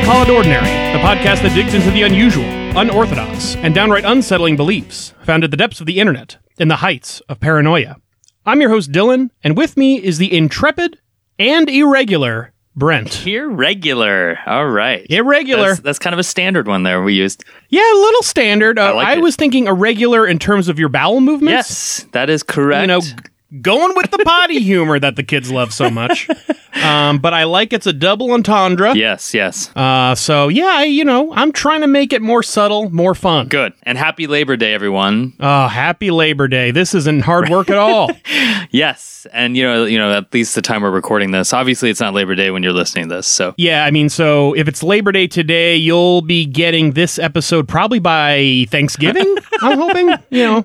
Call It Ordinary, the podcast that digs into the unusual, unorthodox, and downright unsettling beliefs found at the depths of the internet in the heights of paranoia. I'm your host, Dylan, and with me is the intrepid and irregular Brent. Irregular. All right. Irregular. That's, that's kind of a standard one there we used. yeah, a little standard. Uh, I, like it. was thinking irregular in terms of your bowel movements. Yes, that is correct. You know, g- going with the potty humor that the kids love so much. Um, but I like it's a double entendre. yes, yes. Uh, so yeah, I, you know, I'm trying to make it more subtle, more fun. Good. And happy Labor Day, everyone. Oh, happy Labor Day. This isn't hard work at all. Yes. And you know, you know, at least the time we're recording this. Obviously it's not Labor Day when you're listening to this. So yeah, I mean, so if it's Labor Day today, you'll be getting this episode probably by Thanksgiving, I'm hoping, you know,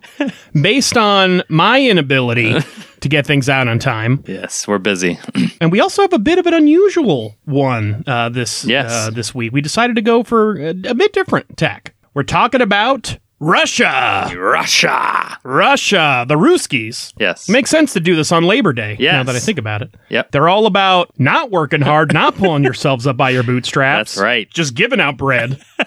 based on my inability to get things out on time. yes, we're busy. And we also have a bit of an unusual one uh, this Yes. uh, this week. We decided to go for a, a bit different tack. We're talking about Russia. Russia. Russia, the Ruskies. Yes. Makes sense to do this on Labor Day now Yes. that I think about it. Yep. They're all about not working hard, not pulling yourselves up by your bootstraps. That's right. Just giving out bread.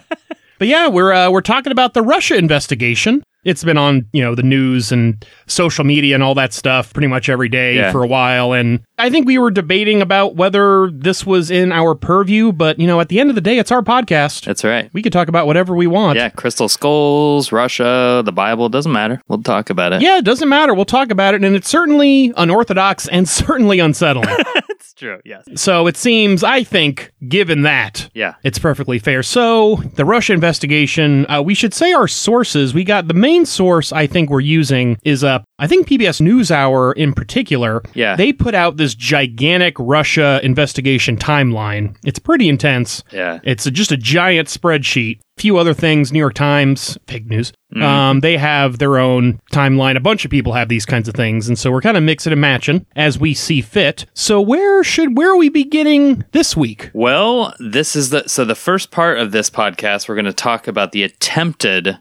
but yeah, we're uh, we're talking about the Russia investigation. It's been on, you know, the news and social media and all that stuff pretty much every day Yeah. for a while and I think we were debating about whether this was in our purview, but you know, at the end of the day it's our podcast. That's right. we could talk about whatever we want. Yeah, crystal skulls, Russia, the Bible, doesn't matter. We'll talk about it. Yeah, it doesn't matter. We'll talk about it. And it's certainly unorthodox and certainly unsettling. It's true. Yes. so it seems, I think, given that, Yeah. it's perfectly fair. So the Russia investigation, uh, we should say our sources. We got the main source I think we're using is, uh, I think, PBS NewsHour in particular. Yeah. They put out this gigantic Russia investigation timeline. It's pretty intense. Yeah. It's a, just a giant spreadsheet. Few other things. New York Times, fake news. Mm-hmm. Um, they have their own timeline. A bunch of people have these kinds of things, and so we're kind of mixing and matching as we see fit. So where should where are we beginning this week? Well, this is the so the first part of this podcast we're going to talk about the attempted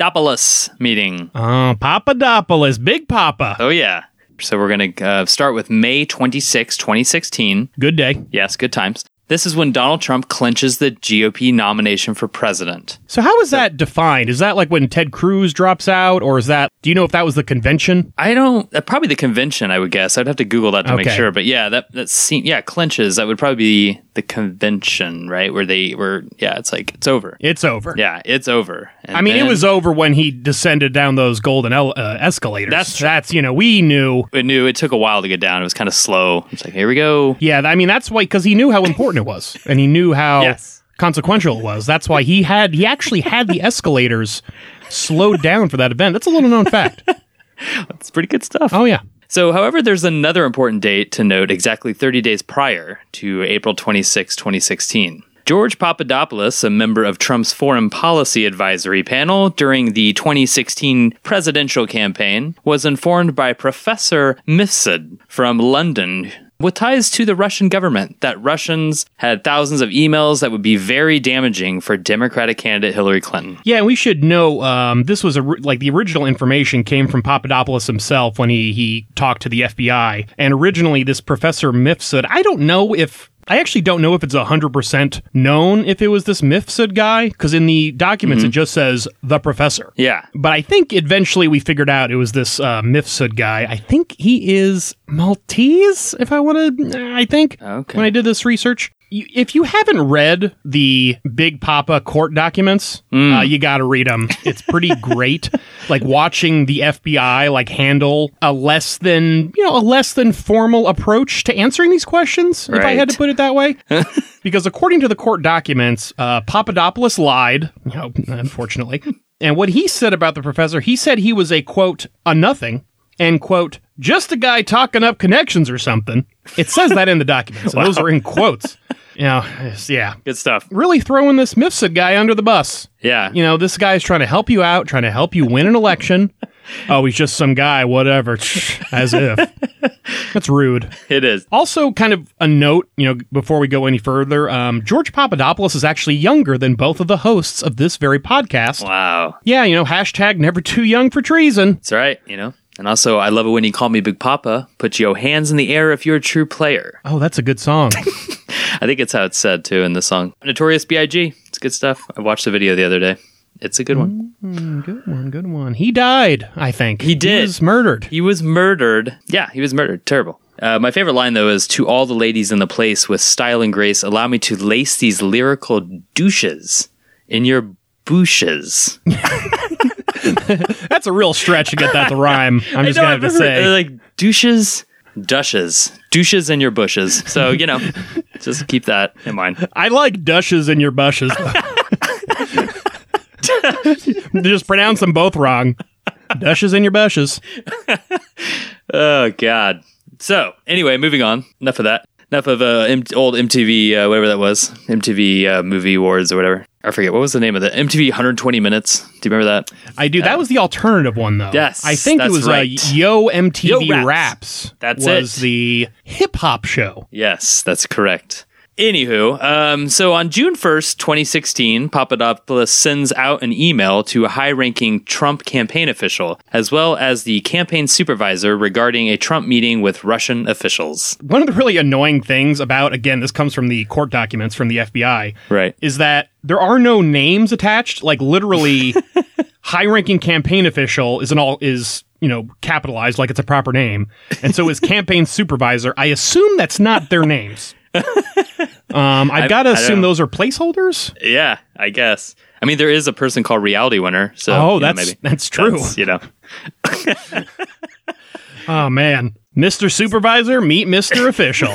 Papadopoulos meeting. Uh, Papadopoulos, Big Papa. Oh yeah. So we're going to uh, start with May 26, 2016. Good day. Yes, good times. This is when Donald Trump clinches the GOP nomination for president. So how is that defined? Is that like when Ted Cruz drops out, or is that? Do you know if that was the convention? I don't uh, probably the convention, I would guess. I'd have to Google that to make Okay. sure. But yeah, that that scene, yeah clinches. That would probably be the convention, right? Where they were. Yeah, it's like it's over. It's over. Yeah, it's over. And I mean, it then- was over when he descended down those golden ele- uh, escalators. That's true. that's you know we knew it knew it took a while to get down. It was kind of slow. It's like here we go. Yeah, I mean that's why because he knew how important it was, and he knew how Yes. consequential it was. That's why he had he actually had the escalators slowed down for that event. That's a little known fact. It's pretty good stuff. Oh yeah, So, however, there's another important date to note exactly 30 days prior to April 26, 2016. George Papadopoulos, a member of Trump's foreign policy advisory panel during the 2016 presidential campaign, was informed by Professor Mifsud from London with ties to the Russian government that Russians had thousands of emails that would be very damaging for Democratic candidate Hillary Clinton. yeah. And we should know um, this was a, ri- like the original information came from Papadopoulos himself when he he talked to the FBI, and originally this Professor Mifsud. I don't know if. I actually don't know if it's 100% known if it was this Mifsud guy, because in the documents it just says the professor. Yeah. But I think eventually we figured out it was this uh, Mifsud guy. I think he is Maltese, if I want to. I think Okay. when I did this research. You, if you haven't read the Big Papa court documents, uh, you got to read them. It's pretty great. Like watching the FBI like handle a less than you know a less than formal approach to answering these questions. If I had Right. to put it that way, because according to the court documents, uh, Papadopoulos lied, you know, unfortunately. and what he said about the professor, he said he was a quote, a nothing, and quote, just a guy talking up connections or something. It says that in the documents, and those are in quotes. You know, it's- yeah. Good stuff. Really throwing this Mifsud guy under the bus. Yeah. You know, this guy's trying to help you out, trying to help you win an election. Oh, he's just some guy, whatever. As if. That's rude. It is. Also, kind of a note, you know, before we go any further, um, George Papadopoulos is actually younger than both of the hosts of this very podcast. Wow. Yeah, you know, hashtag never too young for treason. It's all right, you know. And also, I love it when you call me Big Papa. Put your hands in the air if you're a true player. Oh, that's a good song. I think it's how it's said too in the song. Notorious B.I.G. It's good stuff. I watched the video the other day. It's a good one. Good one, good one. He died, I think. He did. He was murdered. He was murdered. Yeah, he was murdered. Terrible. Uh, my favorite line though is to all the ladies in the place with style and grace, allow me to lace these lyrical douches in your bushes. That's a real stretch to get that to rhyme. I'm just No, gonna I have to remember- say. they're like douches, dushes, douches in your bushes. So you know, just keep that in mind. I like dushes in your bushes. Just pronounce them both wrong. Dushes in your bushes. Oh God. So anyway, moving on. Enough of that. Enough of uh, M- old MTV, uh, whatever that was, MTV uh, Movie Awards or whatever. I forget what was the name of the MTV 120 Minutes. Do you remember that? I do. That was the alternative one, though. Uh, Yes, I think that's it was right. uh, Yo MTV Yo Raps. Raps. That's was it. the hip hop show. Yes, that's correct. Anywho, um, so on June 1st, 2016, Papadopoulos sends out an email to a high ranking Trump campaign official, as well as the campaign supervisor regarding a Trump meeting with Russian officials. One of the really annoying things about, again, this comes from the court documents from the FBI, Right. is that there are no names attached. Like literally, high-ranking campaign official is an all is you know capitalized like it's a proper name, and so is campaign supervisor. I assume that's not their names. Um, I've got to I don't assume know. those are placeholders. Yeah, I guess. I mean, there is a person called Reality Winner, so. Oh, you know, that's- that's true. you know. Oh man, Mister Supervisor, meet Mister Official.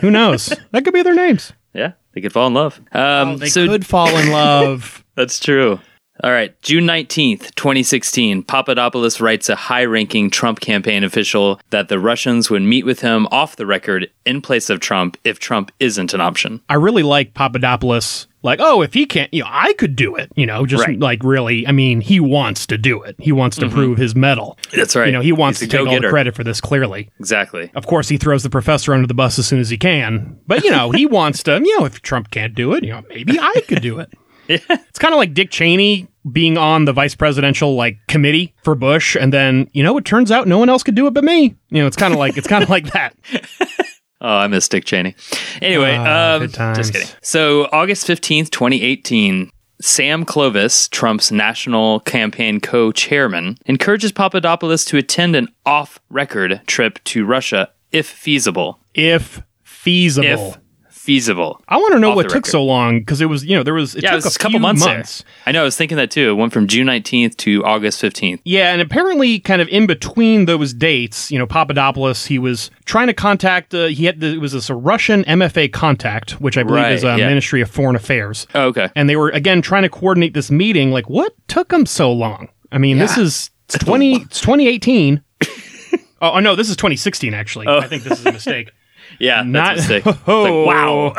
Who knows? That could be their names. Yeah, they could fall in love. Um, They so could fall in love. That's true. All right, June 19th, 2016, Papadopoulos writes a high ranking Trump campaign official that the Russians would meet with him off the record in place of Trump if Trump isn't an option. I really like Papadopoulos. Like, oh, if he can't, you know, I could do it. You know, just Right. like really, I mean, he wants to do it. He wants to prove his medal. That's right. You know, he wants to He's a take all the go-getter. credit for this. Clearly, Exactly. of course, he throws the professor under the bus as soon as he can. But you know, he wants to. You know, if Trump can't do it, you know, maybe I could do it. It's kind of like Dick Cheney being on the vice presidential like committee for Bush, and then you know, it turns out no one else could do it but me. You know, it's kind of like it's kind of like that. Oh, I miss Dick Cheney. Anyway, Ah, um, good times. just kidding. So, August 15th, 2018, Sam Clovis, Trump's national campaign co chairman, encourages Papadopoulos to attend an off record trip to Russia if feasible. If feasible. If feasible. I want to know Off what the took record. so long because it was you know there was it Yeah, took it was a a couple few months. months. there. I know. I was thinking that too. It went from June 19th to August 15th. Yeah, and apparently, kind of in between those dates, you know, Papadopoulos he was trying to contact. Uh, he had the, it was this Russian MFA contact, which I believe Right, is uh, yeah. Ministry of Foreign Affairs, Oh, okay. and they were again trying to coordinate this meeting. Like, what took them so long? I mean, this Yeah. is it's twenty. It's twenty eighteen. oh, oh, no, this is twenty sixteen. Actually, I think this is a mistake. Yeah, Not- Oh. Oh. that's a mistake. It's like, wow.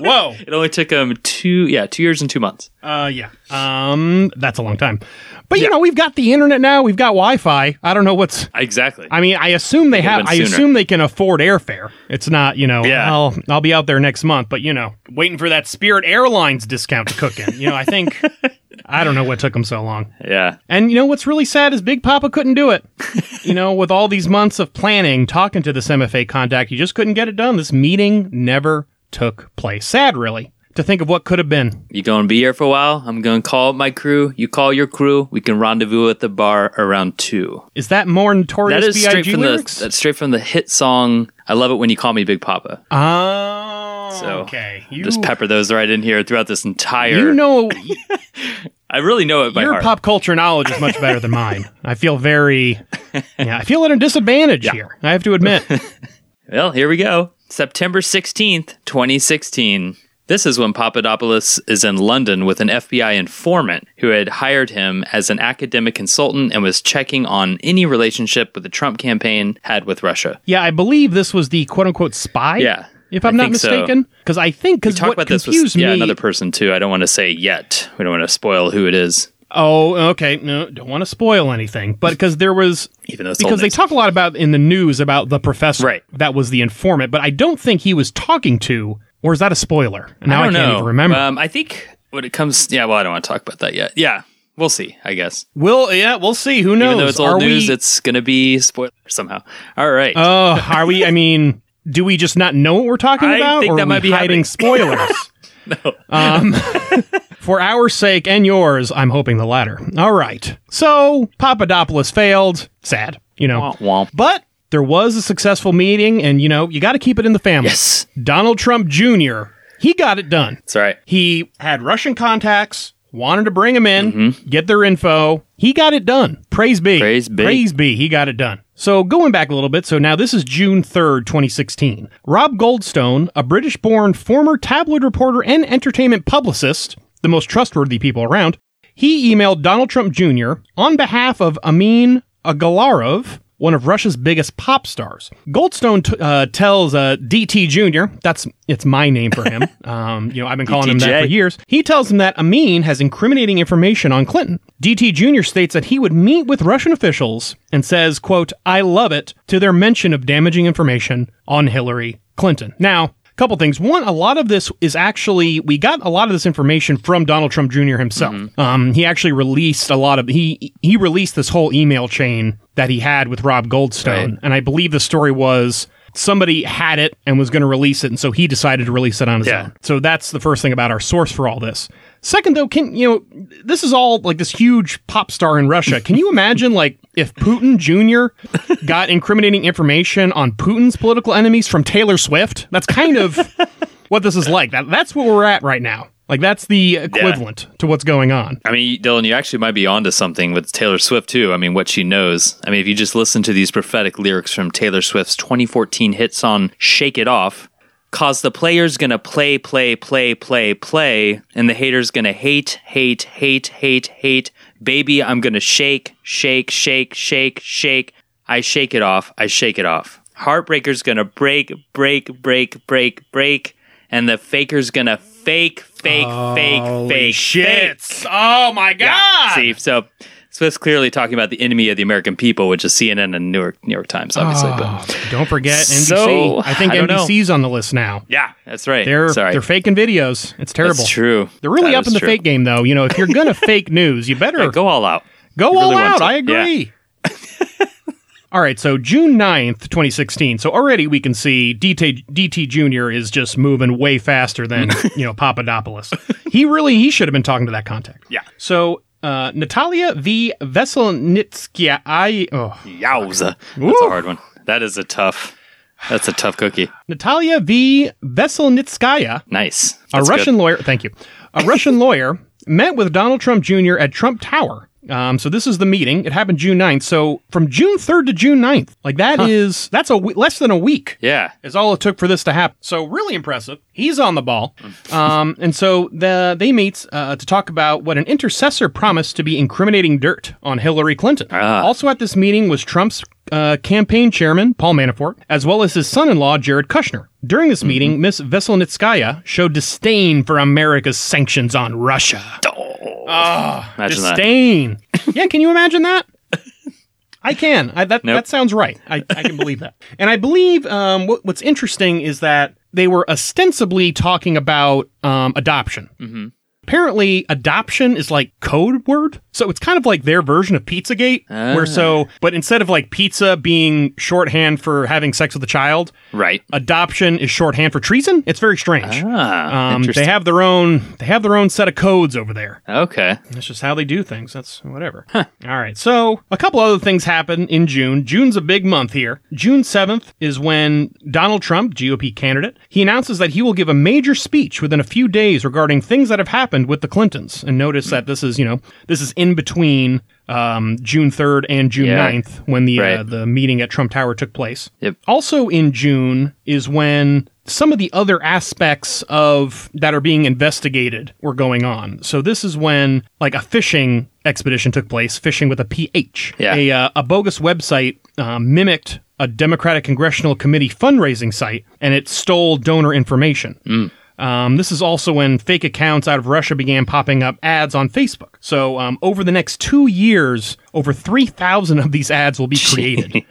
Whoa. It only took him two, yeah, two years and two months. Uh, yeah. Um, that's a long time. But you know, we've got the internet now. We've got Wi-Fi. I don't know what's. Exactly. I mean, I assume they have. been I sooner. assume they can afford airfare. It's not, you know. Yeah. I'll I'll be out there next month, but you know, waiting for that Spirit Airlines discount to cook in. You know, I think. I don't know what took them so long. yeah. And you know what's really sad is Big Papa couldn't do it. you know, with all these months of planning, talking to this MFA contact, he just couldn't get it done. This meeting never took place. Sad, really, to think of what could have been. You going to be here for a while? I'm going to call my crew. You call your crew. We can rendezvous at the bar around two. Is that more notorious That is straight B.I.G. from lyrics? the that's straight from the hit song. I love it when you call me Big Papa. oh, So okay. You, Just pepper those right in here throughout this entire. you know I really know it by your heart. pop culture knowledge is much better than mine. I feel very, yeah, I feel at a disadvantage here. I have to admit. Well, here we go. September 16th, 2016. This is when Papadopoulos is in London with an FBI informant who had hired him as an academic consultant and was checking on any relationship with the Trump campaign had with Russia. Yeah, I believe this was the quote unquote spy. Yeah, if I'm not I think so. mistaken, because I think because Talk what about this confused with yeah, me. another person too. I don't want to say yet. We don't want to spoil who it is, Oh, okay. No, don't want to spoil anything, but because there was even though it's because old they news. talk a lot about in the news about the professor Right. that was the informant, but I don't think he was talking to. Or is that a spoiler? Now I, don't can't know. even remember. Um, I think when it comes, yeah. Well, I don't want to talk about that yet. Yeah, we'll see. I guess We'll yeah, we'll see. Who knows? even though it's old are Uh, news, we? it's gonna be spoiler somehow. All right. oh, are we? I mean, do we just not know what we're talking I about? think or that are might we be hiding happening. spoilers. No. Um, for our sake and yours, I'm hoping the latter. All right. So Papadopoulos failed. Sad, you know. Womp womp. But there was a successful meeting, and you know you got to keep it in the family. Yes. Donald Trump Jr. He got it done. That's right. He had Russian contacts, wanted to bring them in, get their info. He got it done. Praise be. Mm-hmm. Praise be. Praise be. He got it done. So going back a little bit, so now this is June 3rd, 2016. Rob Goldstone, a British born former tabloid reporter and entertainment publicist, the most trustworthy people around, he emailed Donald Trump Jr. on behalf of Amin Agalarov, one of Russia's biggest pop stars. Goldstone t- uh, tells uh, DT Jr. That's it's my name for him. um, you know, I've been calling him that DTJ. for years. He tells him that Amin has incriminating information on Clinton. DT Jr. states that he would meet with Russian officials and says, "quote I love it" to their mention of damaging information on Hillary Clinton. Now. Couple things. One, a lot of this is actually we got a lot of this information from Donald Trump Jr. himself. Um, he actually released a lot of he he released this whole email chain that he had with Rob Goldstone, Right. and I believe the story was somebody had it and was going to release it, and so he decided to release it on his Yeah. own. So that's the first thing about our source for all this. Second, though, can you know this is all like this huge pop star in Russia? Can you imagine like if Putin Jr. got incriminating information on Putin's political enemies from Taylor Swift? That's kind of what this is like. That that's what we're at right now. Like that's the equivalent to what's going on. I mean, Dylan, you actually might be onto something with Taylor Swift too. I mean, what she knows. I mean, if you just listen to these prophetic lyrics from Taylor Swift's 2014 hit song "Shake It Off," cause the players gonna play, play, play, play, play, and the haters gonna hate, hate, hate, hate, hate. Baby, I'm gonna shake, shake, shake, shake, shake. I shake it off. I shake it off. Heartbreaker's gonna break, break, break, break, break, and the faker's gonna fake, fake, fake, fake, fake. Oh my god! See, so Swift's clearly talking about the enemy of the American people, which is CNN and New York New York Times, obviously. Oh, But don't forget NBC. So, I think I don't know. NBC's on the list now. yeah, that's right. They're Sorry, they're faking videos. It's terrible. That's true. They're really That up is in the true. fake game, though. You know, if you're gonna fake news, you better Yeah, go, go all out. all really want out. to. I agree. all right, so June 9th, 2016. So already we can see DT, DT Jr. is just moving way faster than, you know, Papadopoulos. He really, he should have been talking to that contact. Yeah. So uh, Natalia V. Veselnitskaya, I, oh, Yowza, that's Woo. a hard one. That is a tough. That's a tough cookie. Natalia V. Veselnitskaya Nice. a That's good. Russian lawyer, thank you. A Russian lawyer met with Donald Trump Jr. at Trump Tower. Um, so this is the meeting. It happened June 9th. So from June 3rd to June 9th, like that is that's a w- less than a week Yeah. is all it took for this to happen. So really impressive. He's on the ball. Um, and so the, they meet uh, to talk about what an intercessor promised to be incriminating dirt on Hillary Clinton. Also at this meeting was Trump's uh, campaign chairman, Paul Manafort, as well as his son-in-law, Jared Kushner. During this meeting, Miss Veselnitskaya showed disdain for America's sanctions on Russia. Ah, Imagine that. disdain. yeah, can you imagine that? I can. I, that Nope. that sounds right. I, I can believe that. And I believe um, what, what's interesting is that they were ostensibly talking about um, adoption. Mm-hmm. Apparently, adoption is like code word, so it's kind of like their version of Pizzagate, where Ah. so, but instead of like pizza being shorthand for having sex with a child, Right. adoption is shorthand for treason. It's very strange. Ah, um, they interesting. have their own. They have their own set of codes over there. okay. That's just how they do things. That's whatever. All right. So, a couple other things happen in June. June's a big month here. June 7th is when Donald Trump, GOP candidate, he announces that he will give a major speech within a few days regarding things that have happened with the Clintons. And notice that this is, you know, this is in between um, June 3rd and June Yeah. 9th when the uh, Right. the meeting at Trump Tower took place. Yep. Also in June is when some of the other aspects of that are being investigated were going on. So this is when like a fishing expedition took place, fishing with a PH. Yeah. A, uh, a bogus website uh, mimicked a Democratic Congressional Committee fundraising site and it stole donor information. Mm. Um, this is also when fake accounts out of Russia began popping up ads on Facebook. So um, over the next two years, over 3,000 of these ads will be created.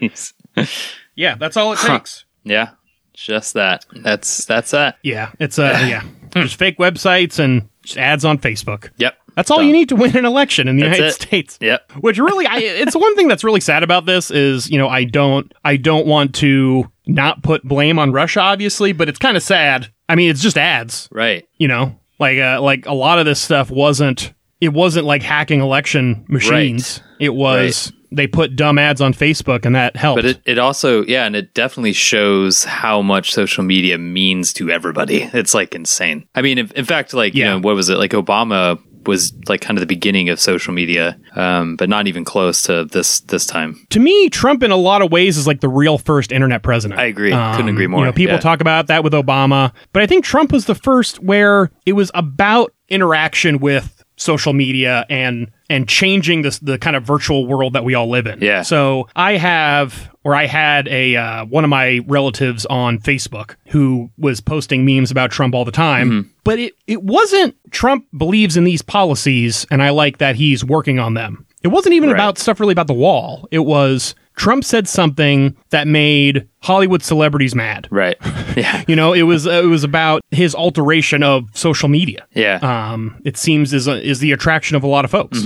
Yeah, that's all it takes. yeah. Just that. That's that's that. Yeah, it's uh yeah. There's fake websites and just ads on Facebook. Yep. That's all you need to win an election in the That's United it. States. Yep. Which really I it's one thing that's really sad about this is, you know, I don't I don't want to not put blame on Russia, obviously, but it's kind of sad. I mean, it's just ads, Right. you know. Like uh, like a lot of this stuff wasn't it wasn't like hacking election machines. It was they put dumb ads on Facebook and that helped. But it, it also, yeah, and it definitely shows how much social media means to everybody. It's like insane. I mean, in, in fact, like, Yeah. you know, what was it? Like Obama was like kind of the beginning of social media, um, but not even close to this this time. to me, Trump in a lot of ways is like the real first internet president. I agree. Couldn't agree more. Um, You know, people Yeah. talk about that with Obama, but I think Trump was the first where it was about interaction with social media and and changing this the kind of virtual world that we all live in. Yeah. So I have or I had a uh, one of my relatives on Facebook who was posting memes about Trump all the time. Mm-hmm. But it, it wasn't Trump believes in these policies and I like that he's working on them. It wasn't even Right. about stuff really about the wall. It was Trump said something that made Hollywood celebrities mad. Right. Yeah. You know, it was uh, it was about his alteration of social media. Yeah. Um, it seems is is the attraction of a lot of folks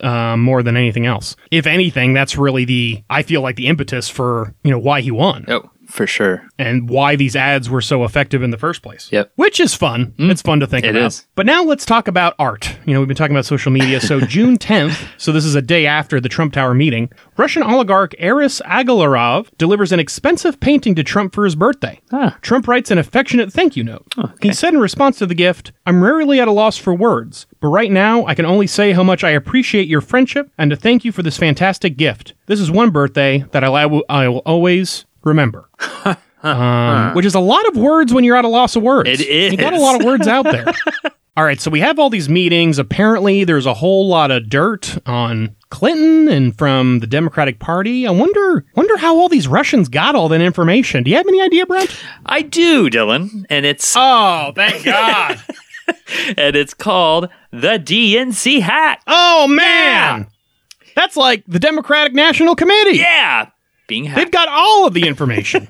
um, more than anything else. If anything, that's really the I feel like the impetus for you know why he won oh, for sure. and why these ads were so effective in the first place. Yep. Mm-hmm. Which is fun. It's fun to think It about. is. But now let's talk about art. You know, we've been talking about social media. So June 10th, so this is a day after the Trump Tower meeting, Russian oligarch Aris Agalarov delivers an expensive painting to Trump for his birthday. Ah. Trump writes an affectionate thank you note. Oh, He said in response to the gift, I'm rarely at a loss for words, but right now I can only say how much I appreciate your friendship and to thank you for this fantastic gift. This is one birthday that I'll, I will, I will always remember um, which is a lot of words when you're at a loss of words. It is. You got a lot of words out there. all right, so we have all these meetings. Apparently, there's a whole lot of dirt on Clinton and from the Democratic Party. I wonder wonder how all these Russians got all that information. Do you have any idea, Brent? I do, Dylan, and it's Oh, thank God. and it's called the DNC hack. oh man. That's like the Democratic National Committee. Yeah, being hacked. They've got all of the information.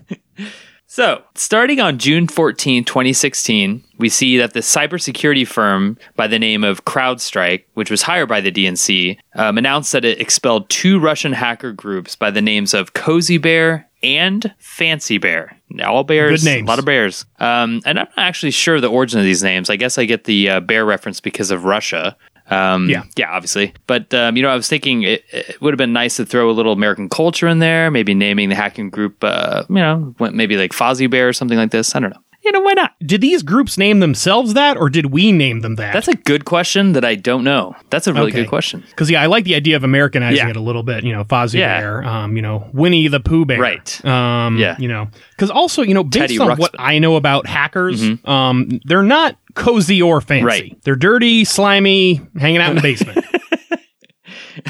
So, starting on June 14, 2016, we see that the cybersecurity firm by the name of CrowdStrike, which was hired by the DNC, um, announced that it expelled two Russian hacker groups by the names of Cozy Bear and Fancy Bear. Now, all bears, Good names. a lot of bears. Um, and I'm not actually sure of the origin of these names. I guess I get the uh, bear reference because of Russia. Um, Yeah. yeah, obviously. But um, you know, I was thinking it, it would have been nice to throw a little American culture in there. Maybe naming the hacking group, uh, you know, went- maybe like Fozzie Bear or something like this. I don't know. You know, why not? did these groups name themselves that, or did we name them that? That's a good question that I don't know. That's a really Okay. good question. Because yeah, I like the idea of Americanizing Yeah. it a little bit. You know, Fozzie Yeah. Bear, um, you know, Winnie the Pooh Bear, Right. Um, Yeah. you know, because also you know, based Teddy on Ruxpin. Mm-hmm. what I know about hackers, um, they're not cozy or fancy. Right. They're dirty, slimy, hanging out in the basement.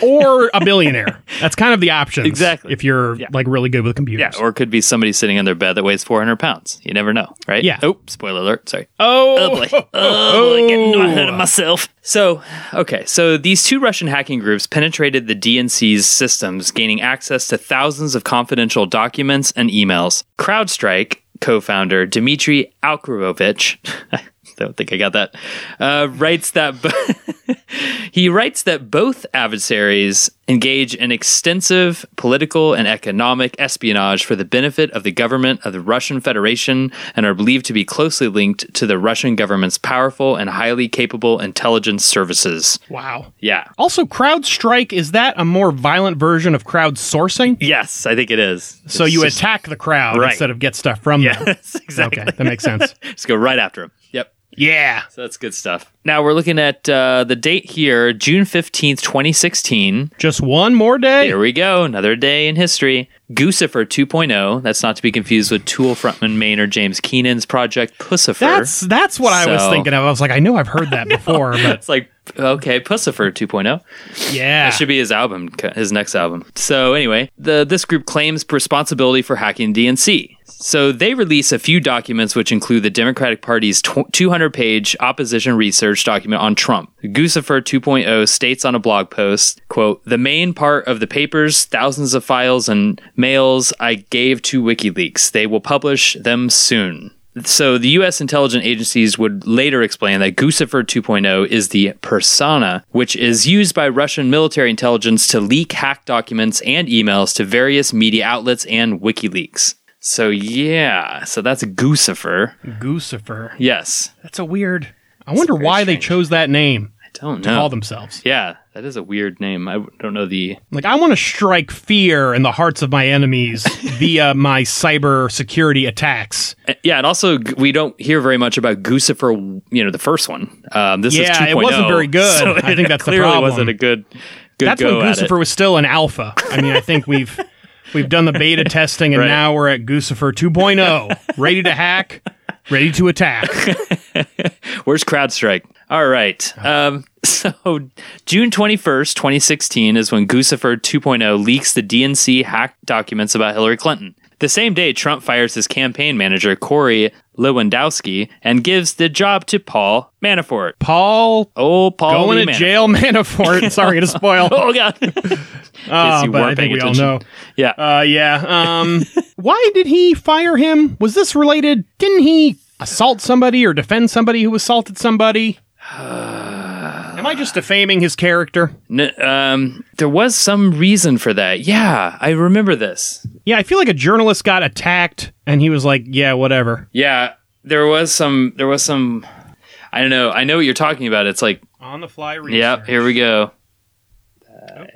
or a billionaire. That's kind of the options. Exactly. If you're like really good with computers. Or it could be somebody sitting on their bed that weighs 400 pounds. You never know, right? Yeah. Oh, spoiler alert. Sorry. oh, Oh boy. Oh, boy. Getting ahead of myself. So, okay. So these two Russian hacking groups penetrated the DNC's systems, gaining access to thousands of confidential documents and emails. CrowdStrike co founder Dmitry Alkarovich. I don't think I got that. Uh, writes that. bo- he writes that both adversaries engage in extensive political and economic espionage for the benefit of the government of the Russian Federation and are believed to be closely linked to the Russian government's powerful and highly capable intelligence services. wow. Yeah. Also, CrowdStrike is that a more violent version of crowdsourcing? Yes, I think it is. So you attack the crowd Right. instead of get stuff from them. Yes, exactly. Okay, that makes sense. Just go right after him. Yep. Yeah. So that's good stuff. Now we're looking at uh, the date here, June 15th, 2016. Just one more day? Here we go, another day in history. Guccifer 2.0. oh. That's not to be confused with Tool frontman Maynard James Keenan's project Pussifer. That's that's what I was So- thinking of. I was like, I know I've heard that before, but it's like okay, Pussifer oh. 2.0. yeah. That should be his album, his next album. So anyway, the this group claims responsibility for hacking DNC. So they release a few documents which include the Democratic Party's 200-page opposition research document on Trump. Guccifer 2.0 states on a blog post, quote, "The main part of the papers, thousands of files and mails I gave to WikiLeaks. They will publish them soon." So the U.S. intelligence agencies would later explain that Guccifer 2.0 is the persona, which is used by Russian military intelligence to leak hack documents and emails to various media outlets and WikiLeaks. So yeah, so that's Guccifer. Guccifer. Yes, That's a weird. I wonder why they chose that name I don't to call know. themselves. Yeah, that is a weird name. I w- don't know the. Like, I want to strike fear in the hearts of my enemies via my cyber security attacks. Uh, Yeah, and also g- we don't hear very much about Guccifer. You know, the first one. Um, this is Yeah, 2.0. it wasn't very good. so I think that's the clearly problem. wasn't a good. Good That's when go at it. Guccifer was still an alpha. I mean, I think we've we've done the beta testing, and Right. now we're at Guccifer 2.0, ready to hack, ready to attack. Where's CrowdStrike? All right. Um, so June 21st, 2016 is when Guccifer 2.0 leaks the DNC hack documents about Hillary Clinton. The same day, Trump fires his campaign manager, Corey Lewandowski, and gives the job to Paul Manafort. Paul Oh, Paul going Lee to Manafort. jail, Manafort. Sorry to spoil. Oh, God. In case Uh, you but weren't I think paying we all attention. know. Yeah. Uh, yeah. Um, why did he fire him? Was this related? Didn't he assault somebody or defend somebody who assaulted somebody? Am I just defaming his character? N- um, there was some reason for that. Yeah, I remember this. Yeah, I feel like a journalist got attacked and he was like, yeah, whatever. Yeah, there was some. There was some. I don't know. I know what you're talking about. It's like, On the fly research. yep, here we go.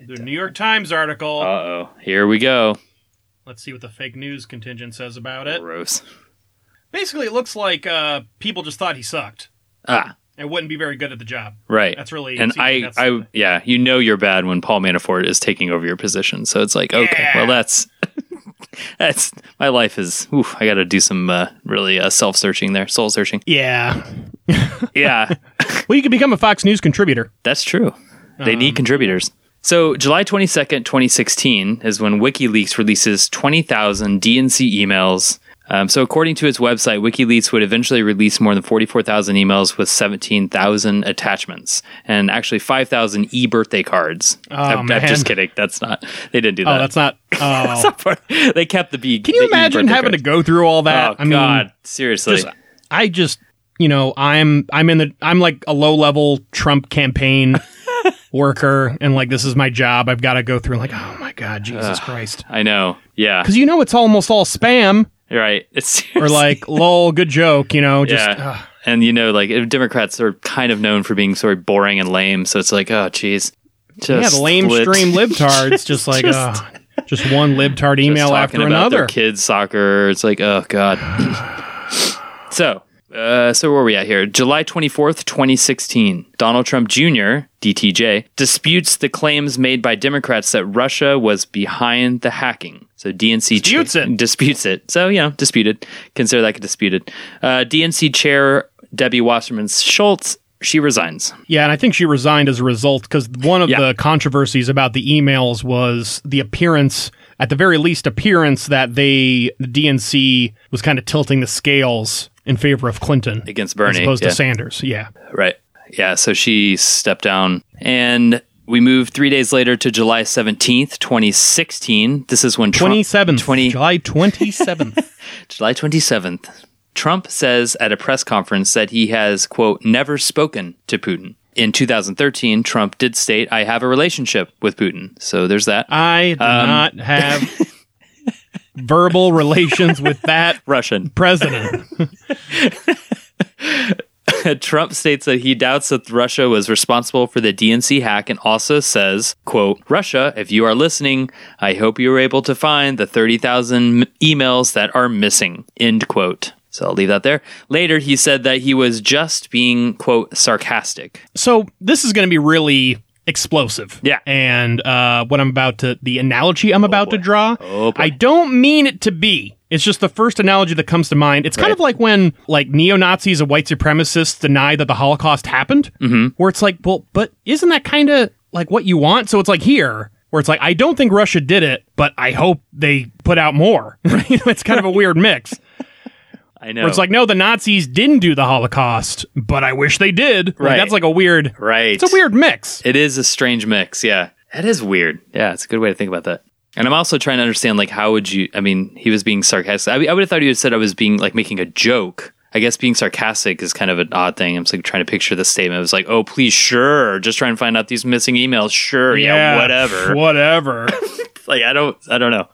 The New York Times article. Uh oh, here we go. Let's see what the fake news contingent says about it. Gross. Basically, it looks like uh, people just thought he sucked Ah, and wouldn't be very good at the job. right. That's really- And seems like I, that's I, something. yeah, you know you're bad when Paul Manafort is taking over your position. So it's like, okay, Yeah. well that's that's my life is. Oof, I got to do some uh, really uh, self searching there, soul searching. Yeah. Yeah, Well, you could become a Fox News contributor. That's true. They Um, need contributors. So, July 22nd, 2016 is when WikiLeaks releases 20,000 DNC emails. Um, so, according to its website, WikiLeaks would eventually release more than 44,000 emails with 17,000 attachments and actually 5,000 e birthday cards. I'm, I'm Oh, man. just kidding. That's not, they didn't do Oh, that. that's not. Oh. they kept the B. Can you imagine having to go through all that? Oh, God. Seriously. just- I just, you know, I'm I'm in the I'm like a low level Trump campaign worker, and like this is my job. I've got to go through. Like, oh my God, Jesus Christ, I know. Yeah. because you know it's almost all spam You're right. It's or like, lol, good joke. You know, just yeah. ugh. And you know, like Democrats are kind of known for being sort of boring and lame, so it's like, oh, geez, yeah, just the lame lit- stream libtards, just like Just- ugh. just one libtard just email talking after about Their another. kids soccer. It's like, oh god. so, uh, so where are we at here? July twenty fourth, twenty sixteen. Donald Trump Jr. (DTJ) disputes the claims made by Democrats that Russia was behind the hacking. So DNC Disputes it. disputes it. So, you know, disputed. Consider that disputed. Uh, DNC chair Debbie Wasserman Schultz, she resigns. Yeah, and I think she resigned as a result because one of Yeah. the controversies about the emails was the appearance, at the very least, appearance that they the DNC was kind of tilting the scales in favor of Clinton Against as Bernie. opposed yeah. to Sanders. Yeah, Right. Yeah. So she stepped down. And we moved three days later to July 17th, 2016. This is when Trump. twenty seventh, 20 July twenty seventh. July 27th. Trump says at a press conference that he has, quote, never spoken to Putin. In 2013, Trump did state, I have a relationship with Putin. So there's that. I do Um, not have verbal relations with that Russian. president. Trump states that he doubts that Russia was responsible for the DNC hack and also says, quote, Russia, if you are listening, I hope you were able to find the 30,000 m- emails that are missing, end quote. So I'll leave that there. Later, he said that he was just being, quote, sarcastic. So this is going to be really explosive. Yeah. And uh, what I'm about to, the analogy I'm about to draw, Oh, boy. I don't mean it to be. It's just the first analogy that comes to mind. It's kind of like when like neo Nazis and white supremacists deny that the Holocaust happened, mm-hmm. where it's like, well, but isn't that kind of like what you want? So it's like here. Where it's like, I don't think Russia did it, but I hope they put out more. you know, it's kind of a weird mix. I know. Where it's like, no, the Nazis didn't do the Holocaust, but I wish they did. Like, Right. that's like a weird, right. it's a weird mix. It is a strange mix. Yeah. That is weird. Yeah. It's a good way to think about that. And I'm also trying to understand, like, how would you, I mean, he was being sarcastic. I, I would have thought he would have said I was being, like, making a joke. I guess being sarcastic is kind of an odd thing. I'm just, like trying to picture the statement. It was like, oh, please, sure. Just try and find out these missing emails. Sure. Yeah, whatever. Whatever. Like, I don't, I don't know.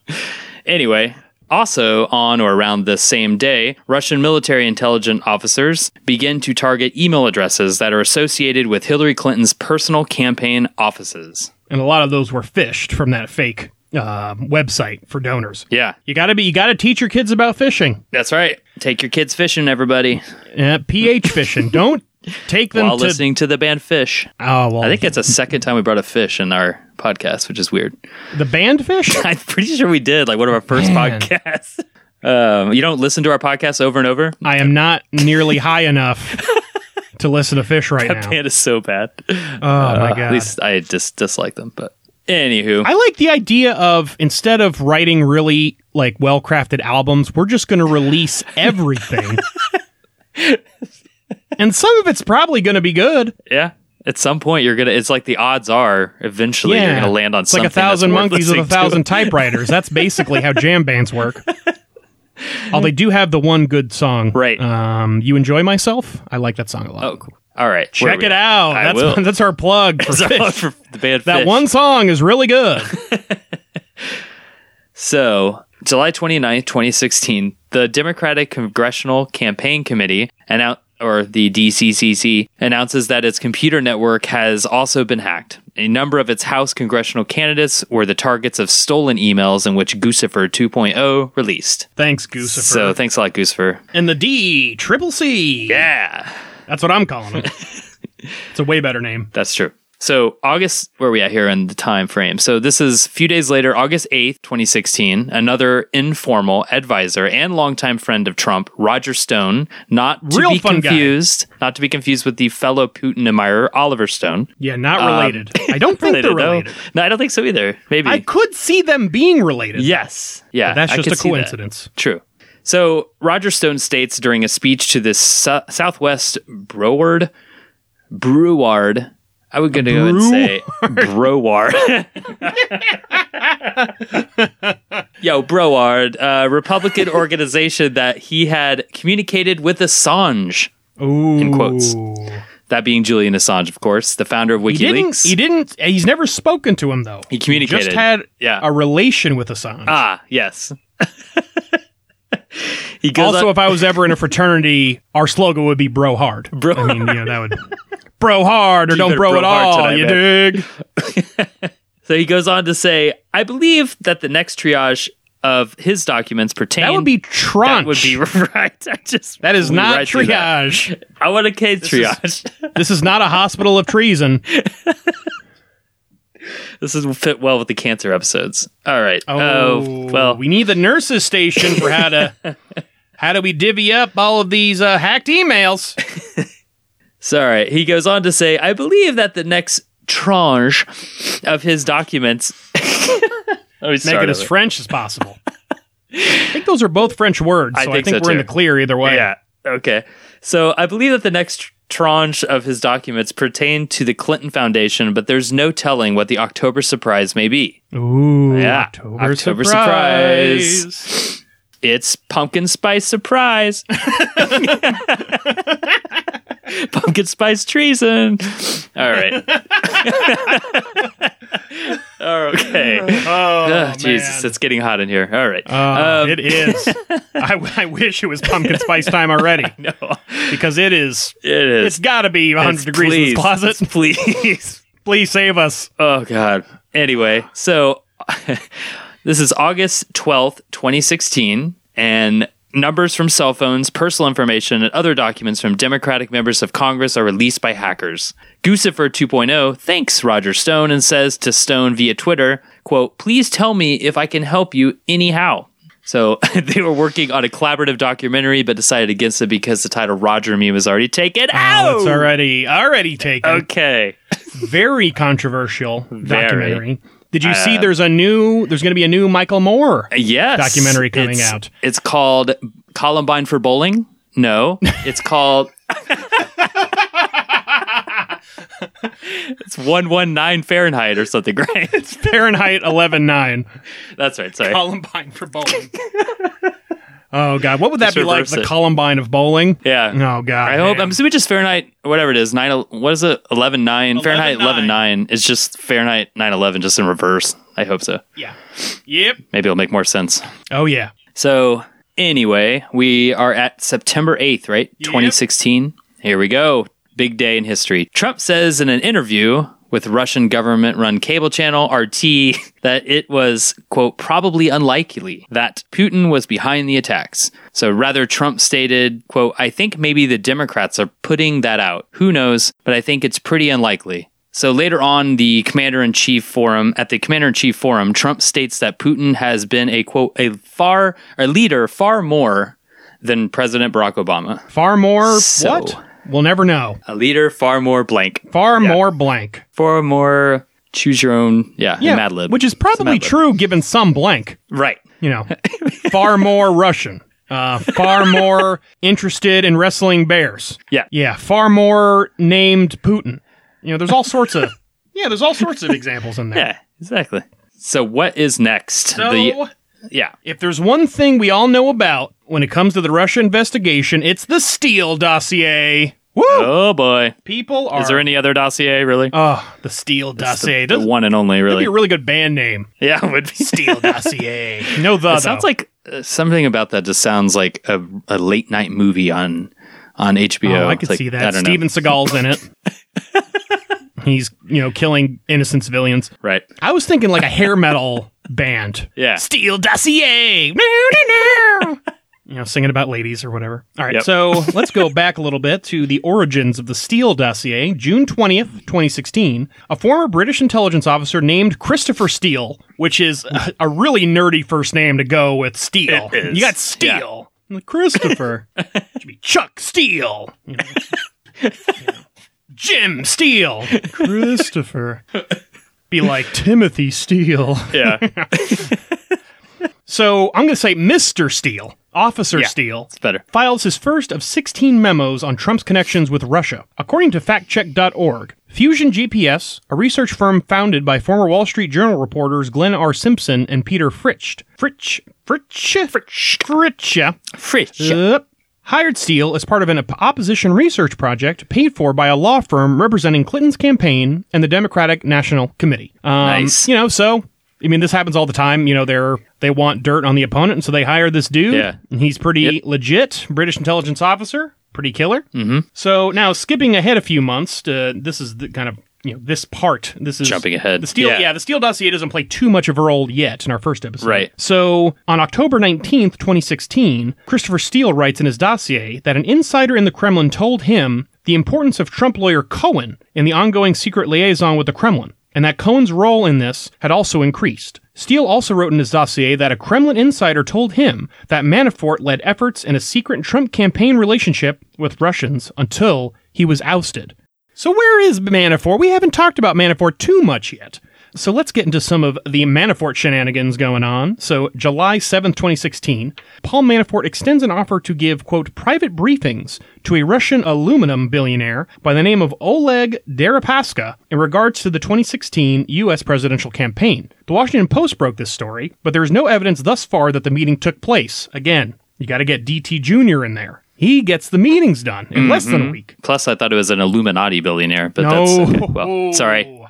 Anyway, Also, on or around this same day, Russian military intelligence officers begin to target email addresses that are associated with Hillary Clinton's personal campaign offices. and a lot of those were fished from that fake uh, website for donors. Yeah, You gotta be, you gotta teach your kids about fishing. that's right. Take your kids fishing, everybody, Uh, pH fishing. Don't take them while to. listening to the band Fish. Oh well, I think that's the second time we brought a fish in our podcast, which is weird. the band fish. I'm pretty sure we did, like one of our first Man. podcasts. Um, you don't listen to our podcast over and over? I am not nearly high enough to listen to fish right now. Band is so bad. Oh my Uh, At god. least I just dislike them. But anywho, I like the idea of instead of writing really like well crafted albums, we're just going to release everything. and some of it's probably going to be good. yeah. At some point, you're gonna. It's like the odds are eventually you're gonna land on it's something. like a thousand that's worth monkeys with a listening to. thousand typewriters. That's basically how jam bands work. Oh, they do have the one good song, Right. Um, you enjoy myself. I like that song a lot. Oh, cool. All right, where Check we it at? out. I that's will. that's our plug. For So, Fish. for the band That Fish. one song is really good. So, July 29, 2016, the Democratic Congressional Campaign Committee annou- or the DCCC announces that its computer network has also been hacked. A number of its House congressional candidates were the targets of stolen emails in which Guccifer 2.0 released. Thanks, Goosifer. So, thanks a lot, Guccifer. and the D Triple C. Yeah, That's what I'm calling them. it's a way better name. that's true. So, August, where are we at here in the time frame? So, this is a few days later, August 8th, 2016. Another informal advisor and longtime friend of Trump, Roger Stone, not to Real be fun guy. confused, not to be confused with the fellow Putin admirer, Oliver Stone. Yeah, not related. I don't think they're Um, Related, though. related. No, I don't think so either. Maybe. I could see them being related. yes. Yeah. that's I just could a see that. coincidence. True. So Roger Stone states during a speech to the Sou- Southwest Broward, Breward. I would gonna go and say Broward. Yo, Broward, a Republican organization that he had communicated with Assange, Ooh. In quotes. that being Julian Assange, of course, the founder of He didn't. WikiLeaks. He didn't. uh, He's never spoken to him though. He communicated. Just had Yeah. a relation with Assange. ah, yes. he goes also, on- if I was ever in a fraternity, our slogan would be "Bro hard." Bro, I mean, you know, that would bro hard or don't better bro, bro at hard all. tonight, you dig? So he goes on to say, I believe that the next triage of his documents pertain. That would be trunch. That would be right. I just That is blew not right through that. triage. I want a case triage. this is not a hospital of treason. this is will fit well with the cancer episodes. All right. Oh, uh, well, we need the nurses station for how to how do we divvy up all of these uh, hacked emails? sorry. He goes on to say, I believe that the next tranche of his documents. Let me Make start it as over. French as possible. I think those are both French words, so I think, think so, we're in too. the clear either way. Yeah. Okay. So I believe that the next tranche of his documents pertain to the Clinton Foundation, but there's no telling what the October surprise may be. Ooh, Yeah. October, October surprise. It's pumpkin spice surprise. pumpkin spice treason. All right. Oh, okay. Oh, Ugh, Jesus, man. it's getting hot in here. All right. Uh, Um, it is. I, I wish it was pumpkin spice time already no, because it is. it is. It's got to be 100 It's- degrees in this please, closet. it's- Please. Please save us. Oh God. Anyway, so this is August twelfth, twenty sixteen, and numbers from cell phones, personal information, and other documents from Democratic members of Congress are released by hackers. Guccifer 2.0 thanks Roger Stone and says to Stone via Twitter, quote, please tell me if I can help you anyhow. So they were working on a collaborative documentary but decided against it because the title Roger meme was already taken out. It's already already taken. Okay. very controversial documentary. Did you see? Uh, There's a new. There's going to be a new Michael Moore. yes documentary coming It's- out. It's called Columbine for Bowling. No, it's called. it's one one nine Fahrenheit or something, right? Fahrenheit 11.9. That's right. Sorry. Columbine for bowling. oh God, what would that Just be like? reverse The it. Columbine of bowling. yeah. Oh God. I hope man. I'm assuming just Fahrenheit, whatever it is, nine. el- What is it? Eleven nine Fahrenheit. Eleven nine. It's just Fahrenheit nine eleven, just in reverse. I hope so. Yeah. Yep. Maybe it'll make more sense. Oh yeah. So, anyway, we are at September 8th, right? 2016. Here we go. Big day in history. Trump says in an interview with Russian government run cable channel RT that it was, quote, probably unlikely that Putin was behind the attacks. So rather, Trump stated, quote, I think maybe the Democrats are putting that out. Who knows? But I think it's pretty unlikely. So later on the Commander in Chief forum, at the Commander in Chief forum, Trump states that Putin has been a quote a far a leader far more than President Barack Obama. Far more So- what? We'll never know. A leader far more blank, Far more blank. far more choose your own, yeah, yeah Mad Lib. which is probably Lib. true given some blank. right. You know, far more Russian. Uh, far more interested in wrestling bears. Yeah. Yeah, far more named Putin. You know, there's all sorts of yeah, there's all sorts of examples in there. Yeah, exactly. So what is next? So, the yeah. if there's one thing we all know about when it comes to the Russia investigation, it's the Steele dossier. Woo! Oh boy. People are Is there any other dossier really? oh, the Steele dossier. the That'd one and only be really. a really good band name. yeah, it would be Steele dossier. No, the It sounds like uh, something about that just sounds like a, a late night movie on on HBO. Oh, I could Like, see I that. don't Steven Seagal's in it. He's, you know, killing innocent civilians. know. Right. I was thinking like a hair metal band. Yeah. Steel Dossier. you know, singing about ladies or whatever. All right. Yep. So let's go back a little bit to the origins of the Steele Dossier. June 20th, 2016, a former British intelligence officer named Christopher Steele, which is a, a really nerdy first name to go with Steele. It is. You got Steele. I'm like, Christopher. should be Chuck Steele. You know. You know. Jim Steele. Christopher. Be like Timothy Steele. Yeah. it's So I'm going to say Mr. Steele, Officer Steele, better. files his first of 16 memos on Trump's connections with Russia. According to factcheck.org, Fusion GPS, a research firm founded by former Wall Street Journal reporters Glenn R. Simpson and Peter Fritsch, Fritsch, Fritsch, Fritsch, Fritsch, Fritz. uh, hired Steele as part of an op- opposition research project paid for by a law firm representing Clinton's campaign and the Democratic National Committee. Um, Nice. You know, so I mean, this happens all the time. You know, they're they want dirt on the opponent, and so they hire this dude. Yeah. and he's pretty legit, British intelligence officer, pretty killer. Mm-hmm. So now, skipping ahead a few months, to, this is the kind of you know this part. This is Jumping ahead. The Steele, Yeah. yeah, the Steele dossier doesn't play too much of a role yet in our first episode. Right. So on October 19th, 2016, Christopher Steele writes in his dossier that an insider in the Kremlin told him the importance of Trump lawyer Cohen in the ongoing secret liaison with the Kremlin, and that Cohen's role in this had also increased. Steele also wrote in his dossier that a Kremlin insider told him that Manafort led efforts in a secret Trump campaign relationship with Russians until he was ousted. So where is Manafort? We haven't talked about Manafort too much yet. So let's get into some of the Manafort shenanigans going on. So July 7th, 2016, Paul Manafort extends an offer to give, quote, private briefings to a Russian aluminum billionaire by the name of Oleg Deripaska in regards to the 2016 U.S. presidential campaign. The Washington Post broke this story, but there is no evidence thus far that the meeting took place. Again, you got to get DT Jr. in there. He gets the meetings done in less than a week. Plus, I thought it was an Illuminati billionaire, but that's okay. well. Sorry.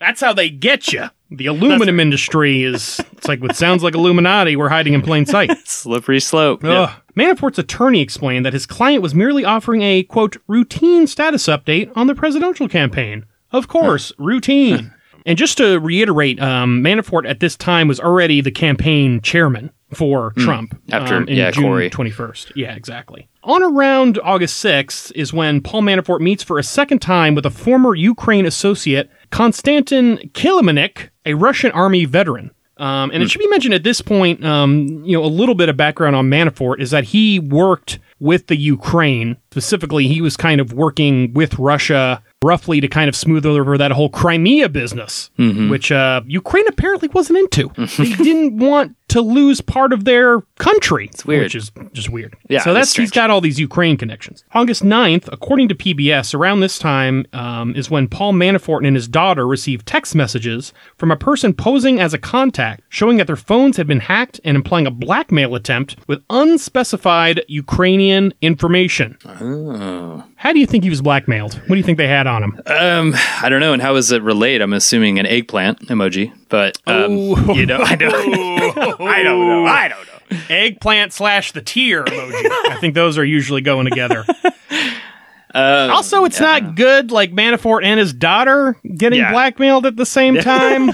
That's how they get you. The aluminum industry is it's like what sounds like Illuminati. We're hiding in plain sight. Slippery slope. Ugh. Manafort's attorney explained that his client was merely offering a quote routine status update on the presidential campaign. Of course, routine. and just to reiterate, um, Manafort at this time was already the campaign chairman for Trump After- um, in yeah, June Corey. 21st. Yeah, exactly. On around August 6th is when Paul Manafort meets for a second time with a former Ukraine associate, Konstantin Kilimanik, a Russian army veteran. Um, Hmm. and it should be mentioned at this point, um, you know, a little bit of background on Manafort is that he worked with the Ukraine. Specifically, he was kind of working with Russia roughly to kind of smooth over that whole Crimea business, Mm-hmm. which uh, Ukraine apparently wasn't into. they didn't want to lose part of their country. It's weird. Which is just weird. Yeah, So that's that's he's strange. got all these Ukraine connections. August 9th, according to PBS, around this time um, is when Paul Manafort and his daughter received text messages from a person posing as a contact, showing that their phones had been hacked and implying a blackmail attempt with unspecified Ukrainian information. Oh. How do you think he was blackmailed? What do you think they had on him? Um, I don't know. And how is it related? I'm assuming uh, an eggplant emoji, but um, you know, I don't. I don't know. I don't know. Eggplant slash the tear emoji. I think those are usually going together. Uh, also, it's not good, like Manafort and his daughter getting Yeah. blackmailed at the same time.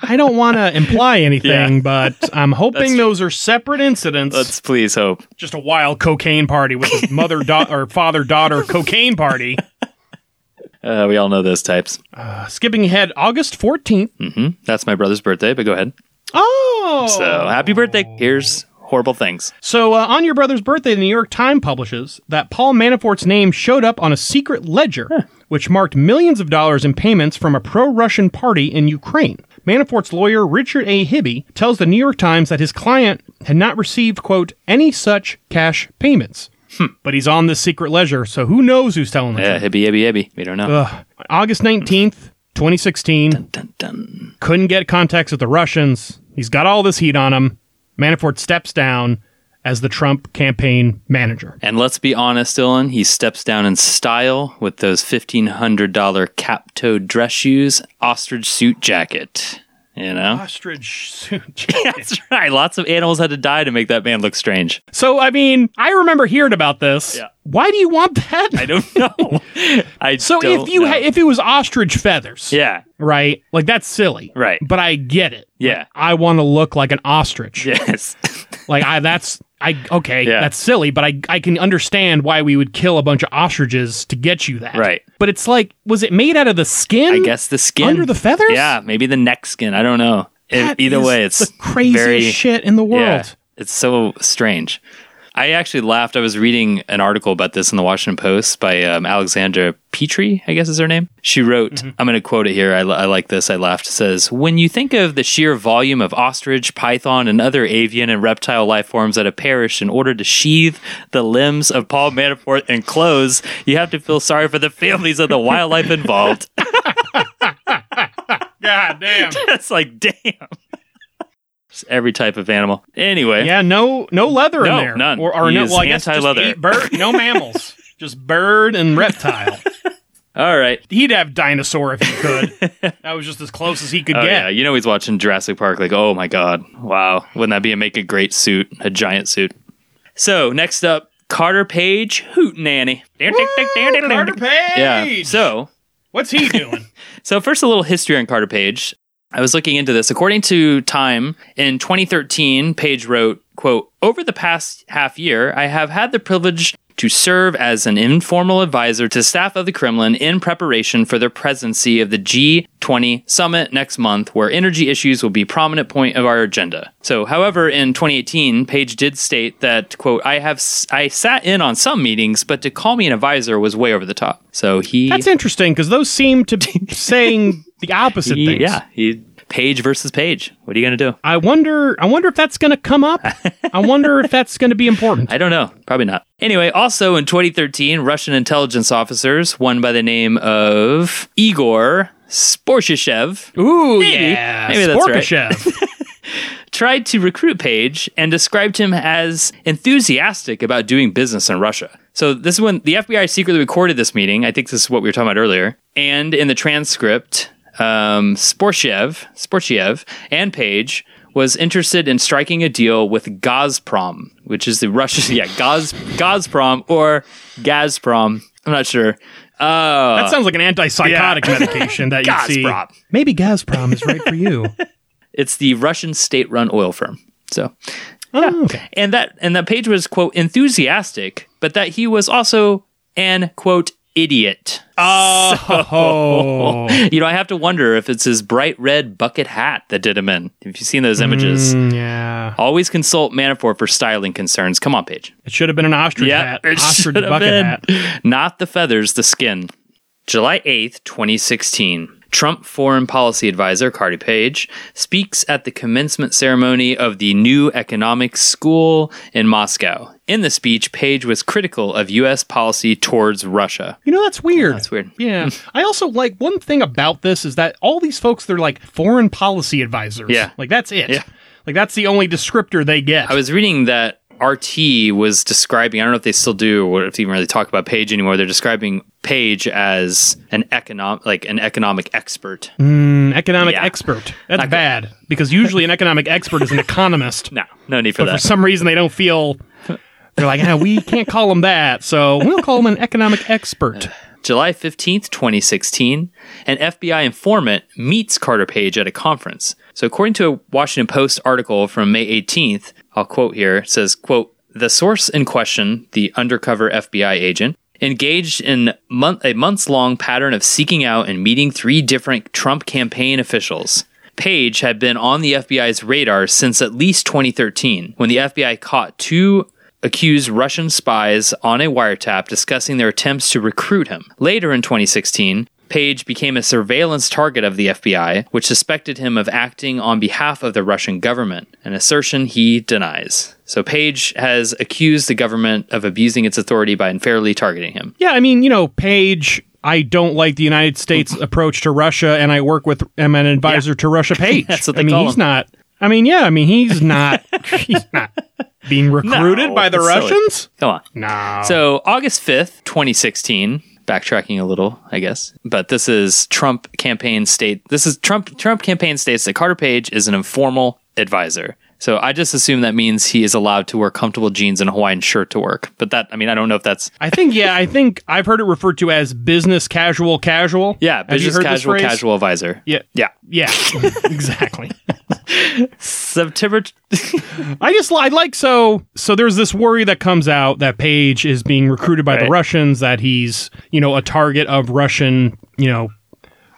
I don't want to imply anything, but I'm hoping those are separate incidents. Let's please hope. Just a wild cocaine party with his mother da- or father daughter cocaine party. Uh, we all know those types. Uh, skipping ahead, August 14th. hmm That's my brother's birthday, but go ahead. Oh! So happy birthday. Here's horrible things. So, uh, on your brother's birthday, the New York Times publishes that Paul Manafort's name showed up on a secret ledger, which marked millions of dollars in payments from a pro Russian party in Ukraine. Manafort's lawyer, Richard A. Hibby, tells the New York Times that his client had not received, quote, any such cash payments. Hmm, But he's on this secret ledger, so who knows who's telling the Yeah, truth? hibby, hibby, hibby. We don't know. Ugh. August 19th, 2016, Dun, dun. couldn't get contacts with the Russians. He's got all this heat on him. Manafort steps down as the Trump campaign manager. And let's be honest, Dylan, he steps down in style with those $1,500 cap toed dress shoes, ostrich suit jacket. You know? Ostrich suit. That's right. Lots of animals had to die to make that man look strange. so, I mean, I remember hearing about this. Yeah. Why do you want that? I don't know. I so, if don't you know. ha- if it was ostrich feathers, yeah, right? Like that's silly, Right. But I get it. Yeah. Like, I want to look like an ostrich. yes, Like I, that's I okay, Yeah. that's silly, but I I can understand why we would kill a bunch of ostriches to get you that, Right. But it's like, was it made out of the skin? I guess the skin under the feathers. Yeah, maybe the neck skin. I don't know. It- That either is way, it's the craziest very, shit in the world. Yeah, it's so strange. I actually laughed. I was reading an article about this in the Washington Post by um, Alexandra Petrie, I guess is her name. She wrote, Mm-hmm. I'm going to quote it here. I, li- I like this. I laughed. It says, When you think of the sheer volume of ostrich, python, and other avian and reptile life forms that have perished in order to sheathe the limbs of Paul Manafort in clothes, you have to feel sorry for the families of the wildlife involved. God damn. It's like, damn. It's every type of animal. Anyway. Yeah, no, no leather No, in there. none. Or, or He no, is well, I guess just anti-leather. eat bird, no mammals, just bird and reptile. All right. He'd have dinosaur if he could. That was just as close as he could Oh, get. yeah. You know, he's watching Jurassic Park, like, oh my God. Wow. Wouldn't that be a make a great suit, a giant suit? So, next up, Carter Page Hoot Nanny. Carter Yeah. Page. So, what's he doing? so first, a little history on Carter Page. I was looking into this. According to Time, in 2013, Page wrote, quote, Over the past half year, I have had the privilege to serve as an informal advisor to staff of the Kremlin in preparation for their presidency of the G20 summit next month, where energy issues will be a prominent point of our agenda. So, however, in 2018, Page did state that, quote, I have s- I sat in on some meetings, but to call me an advisor was way over the top. So he That's interesting because those seem to be saying the opposite he- things. Yeah, he, page versus page. What are you gonna do? I wonder. I wonder if that's going to come up. I wonder if that's going to be important. I don't know. Probably not. Anyway, also in 2013, Russian intelligence officers, one by the name of Igor Sporchishev, Ooh, Maybe. yeah, Maybe that's right. Sporkashev. tried to recruit Page and described him as enthusiastic about doing business in Russia. So this is when the FBI secretly recorded this meeting. I think this is what we were talking about earlier. And in the transcript, um, Sporchev, Sporchev, and Page was interested in striking a deal with Gazprom, which is the Russian, yeah, Gaz, Gazprom or Gazprom. I'm not sure. Uh, That sounds like an antipsychotic medication that you see. Gazprom. Maybe Gazprom is right for you. it's the Russian state-run oil firm. So Oh, okay. and that and that page was quote enthusiastic, but that he was also an quote idiot. Oh, You know, I have to wonder if it's his bright red bucket hat that did him in. If you've seen those images, Mm. yeah. always consult Manafort for styling concerns. Come on, Page. It should have been an ostrich hat. it ostrich should've bucket been. hat. Not the feathers, the skin. July 8th, 2016. Trump foreign policy advisor Cardi Page speaks at the commencement ceremony of the new economic school in Moscow. In the speech, Page was critical of U.S. policy towards Russia. You know that's weird. That's weird. Hmm. Yeah. I also like one thing about this is that all these folks they're like foreign policy advisors. Yeah. Like that's it. Yeah. Like that's the only descriptor they get. I was reading that RT was describing, I don't know if they still do or if they even really talk about Page anymore. They're describing Page as an economic, like an economic expert. Mm, economic Yeah. expert. That's bad because usually an economic expert is an economist. No, no need for but for that. some reason they don't feel they're like, ah, we can't call him that, so we'll call him an economic expert. July 15th, 2016, an FBI informant meets Carter Page at a conference. So according to a Washington Post article from May 18th, I'll quote here, it says, quote, the source in question, the undercover FBI agent, engaged in month- a months-long pattern of seeking out and meeting three different Trump campaign officials. Page had been on the FBI's radar since at least 2013, when the FBI caught two accused Russian spies on a wiretap discussing their attempts to recruit him. Later in 2016, Page became a surveillance target of the FBI, which suspected him of acting on behalf of the Russian government, an assertion he denies. So Page has accused the government of abusing its authority by unfairly targeting him. Yeah, I mean, you know, Page. I don't like the United States approach to Russia, and I work with am an advisor to Russia. Page. That's what they I mean, call he's him. not. I mean, yeah. I mean, he's not. he's not being recruited No, by the it's silly. Russians. Come on. No. So August 5th, 2016, backtracking a little, I guess, but this is Trump campaign state. This is Trump Trump campaign states that Carter Page is an informal advisor. So I just assume that means he is allowed to wear comfortable jeans and a Hawaiian shirt to work. But that I mean, I don't know if that's I think yeah. I think I've heard it referred to as business casual casual. yeah, Have you business heard this casual phrase? casual advisor. Yeah. Yeah. Yeah. exactly. September I just I like so so there's this worry that comes out that Page is being recruited by the Right. Russians that he's you know a target of Russian you know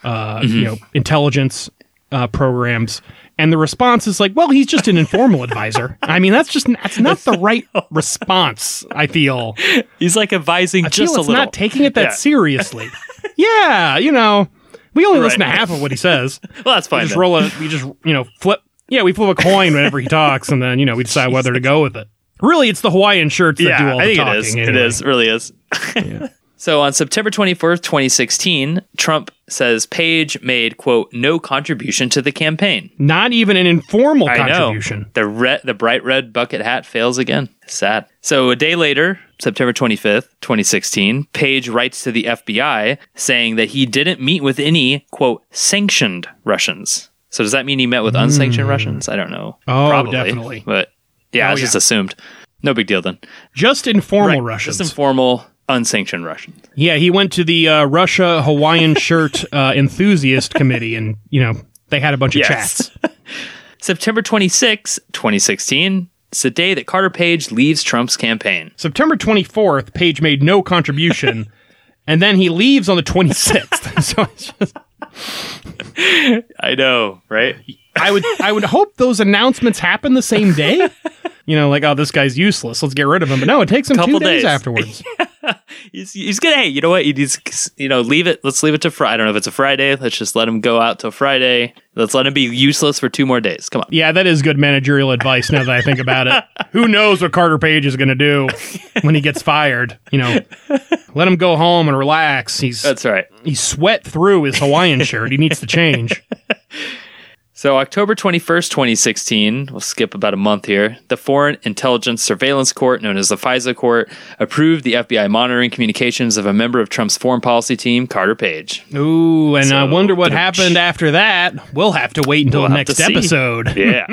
uh, Mm-hmm. you know intelligence uh, programs and the response is like well he's just an informal advisor I mean that's just that's not the right response I feel He's like advising feel just a it's little. not taking it that Yeah. seriously yeah you know we only listen to Right. half of what he says well, that's fine. just then. roll a we just you know flip yeah we flip a coin whenever he talks and then you know we decide whether to go with it really it's the hawaiian shirts that do yeah, all I the think talking it is. It anyway. is. It really is. so on September 24th, 2016, Trump says Page made, quote, no contribution to the campaign. not even an informal I know. contribution The red, the bright red bucket hat fails again. Sad. So a day later, September 25th, 2016, Page writes to the FBI saying that he didn't meet with any, quote, sanctioned Russians. So does that mean he met with unsanctioned Russians? I don't know. Hmm. Oh, definitely. But yeah, Oh, it's just yeah. assumed. No big deal then. just informal Right, russians Just informal, unsanctioned Russians. yeah he went to the uh, russia hawaiian shirt uh, enthusiast committee and you know they had a bunch of chats September 26, 2016. It's the day that Carter Page leaves Trump's campaign. september 24th page made no contribution and then he leaves on the 26th so it's just I know, right? I would I would hope those announcements happen the same day. You know, like oh, this guy's useless. Let's get rid of him. But no, it takes him two Couple days, days. afterwards. He's, he's gonna, hey, you know what? He's, you know, leave it. Let's leave it to Friday. I don't know if it's a Friday. Let's just let him go out till Friday. Let's let him be useless for two more days. Come on. Yeah, that is good managerial advice. Now that I think about it, who knows what Carter Page is going to do when he gets fired? You know, let him go home and relax. He's That's right. he sweat through his Hawaiian shirt. He needs to change. So, October 21st, 2016, we'll skip about a month here. The Foreign Intelligence Surveillance Court, known as the FISA Court, approved the FBI monitoring communications of a member of Trump's foreign policy team, Carter Page. Ooh, and I So, wonder what ouch. happened after that. We'll have to wait until We'll the have to next see. episode. Yeah.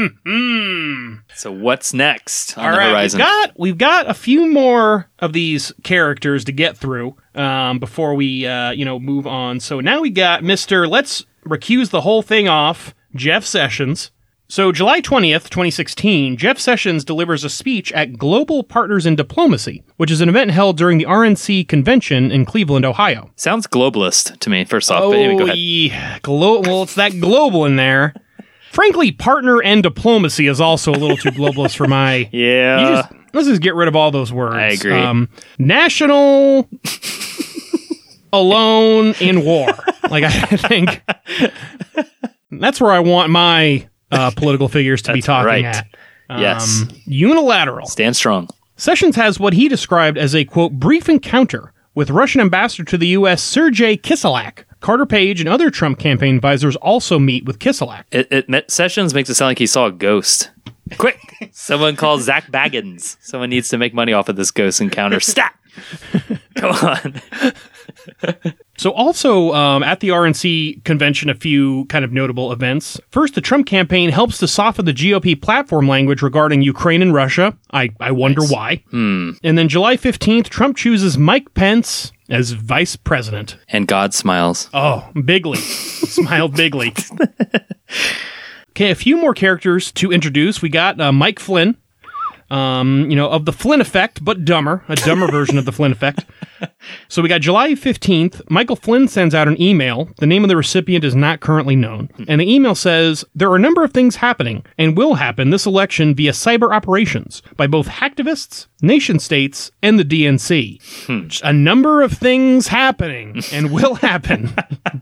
so, what's next on the horizon? Hmm. We've got we've got a few more of these characters to get through um, before we uh, you know move on. So now we got Mister. Let's recuse the whole thing off. Jeff Sessions. So July twentieth, twenty sixteen, Jeff Sessions delivers a speech at Global Partners in Diplomacy, which is an event held during the RNC convention in Cleveland, Ohio. Sounds globalist to me, first off. but Oh, anyway, go ahead. yeah, glo- well, it's that global in there. Frankly, partner and diplomacy is also a little too globalist for my Yeah. you just, let's just get rid of all those words. Uh, Um, I agree. national alone in war. Like I think that's where I want my uh, political figures to be talking right. at. yes. Um, unilateral. Stand strong. Sessions has what he described as a quote brief encounter with Russian ambassador to the U.S. Sergei Kiselak. Carter Page and other Trump campaign advisors also meet with Kiselak. It, it, Sessions makes it sound like he saw a ghost. Quick! Someone call Zach Baggins. Someone needs to make money off of this ghost encounter. Stat! Go on. So, also um, at the RNC convention, a few kind of notable events. First, the Trump campaign helps to soften the GOP platform language regarding Ukraine and Russia. I, I wonder why. And then July 15th, Trump chooses Mike Pence as vice president. And God smiles. Oh, bigly. Smile bigly. Okay, a few more characters to introduce. We got uh, Mike Flynn, um, you know, of the Flynn effect, but dumber, a dumber version of the Flynn effect. So we got July 15th. Michael Flynn sends out an email. The name of the recipient is not currently known. And the email says there are a number of things happening and will happen this election via cyber operations by both hacktivists, nation states, and the DNC. Just A number of things happening and will happen.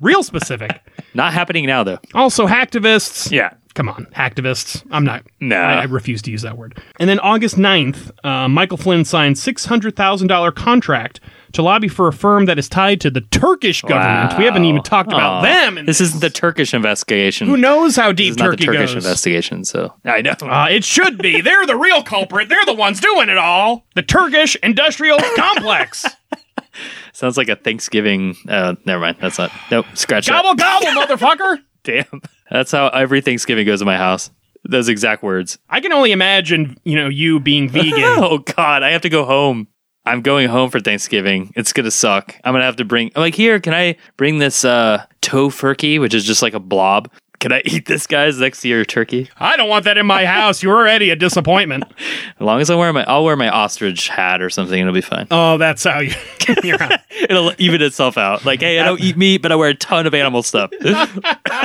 Real specific. Not happening now, though. Also, hacktivists. Yeah. Come on, hacktivists. I'm not. Nah. I, I refuse to use that word. And then August 9th, uh, Michael Flynn signed $600,000 contract to lobby for a firm that is tied to the Turkish government. We haven't even talked about them. And This isn't the Turkish investigation. who knows how deep It's not the Turkey Turkish goes? investigation, so I know. Uh, it should be. They're the real culprit. They're the ones doing it all. The Turkish industrial complex. Sounds like a Thanksgiving. Uh, never mind. That's not. Nope. Scratch that. Gobble, gobble, motherfucker. Damn. That's how every Thanksgiving goes in my house. Those exact words. I can only imagine, you know, you being vegan. Oh God, I have to go home. I'm going home for Thanksgiving. It's gonna suck. I'm gonna have to bring. I'm like, here, can I bring this uh, tofurkey, which is just like a blob? Can I eat this, guys, next year turkey? I don't want that in my house. You're already a disappointment. As long as I wear my, I'll wear my ostrich hat or something. It'll be fine. Oh, that's how you. You're on. It'll even itself out. Like, hey, I don't eat meat, but I wear a ton of animal stuff.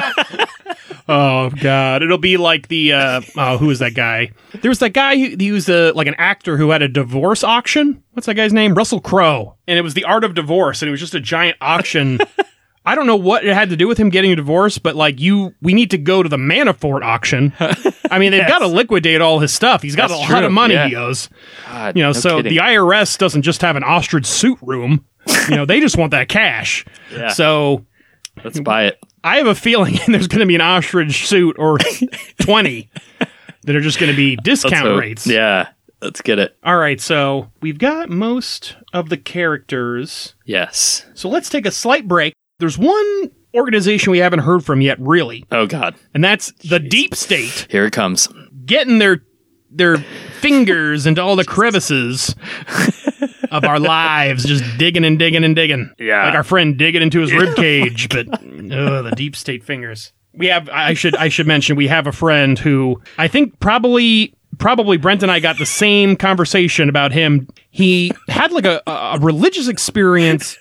Oh God! It'll be like the uh, oh, who was that guy? There was that guy who he was a, like an actor who had a divorce auction. What's that guy's name? Russell Crowe. And it was the art of divorce, and it was just a giant auction. I don't know what it had to do with him getting a divorce, but like you, we need to go to the Manafort auction. I mean, they've got to liquidate all his stuff. He's got That's a lot true, of money yeah. he owes. God, You know, no so kidding. the IRS doesn't just have an ostrich suit room. You know, they just want that cash. Yeah. So let's buy it. I have a feeling there's going to be an ostrich suit or 20 that are just going to be discount So- rates. Yeah, let's get it. All right, so we've got most of the characters. Yes. So let's take a slight break. There's one organization we haven't heard from yet, really, Oh God, and that's the deep state here it comes. getting their their fingers into all the crevices of our lives, just digging and digging and digging. Yeah. like our friend digging into his rib cage, but oh, the deep state fingers. We have. I should. I should mention we have a friend who I think probably. Probably Brent and I got the same conversation about him. He had like a, a religious experience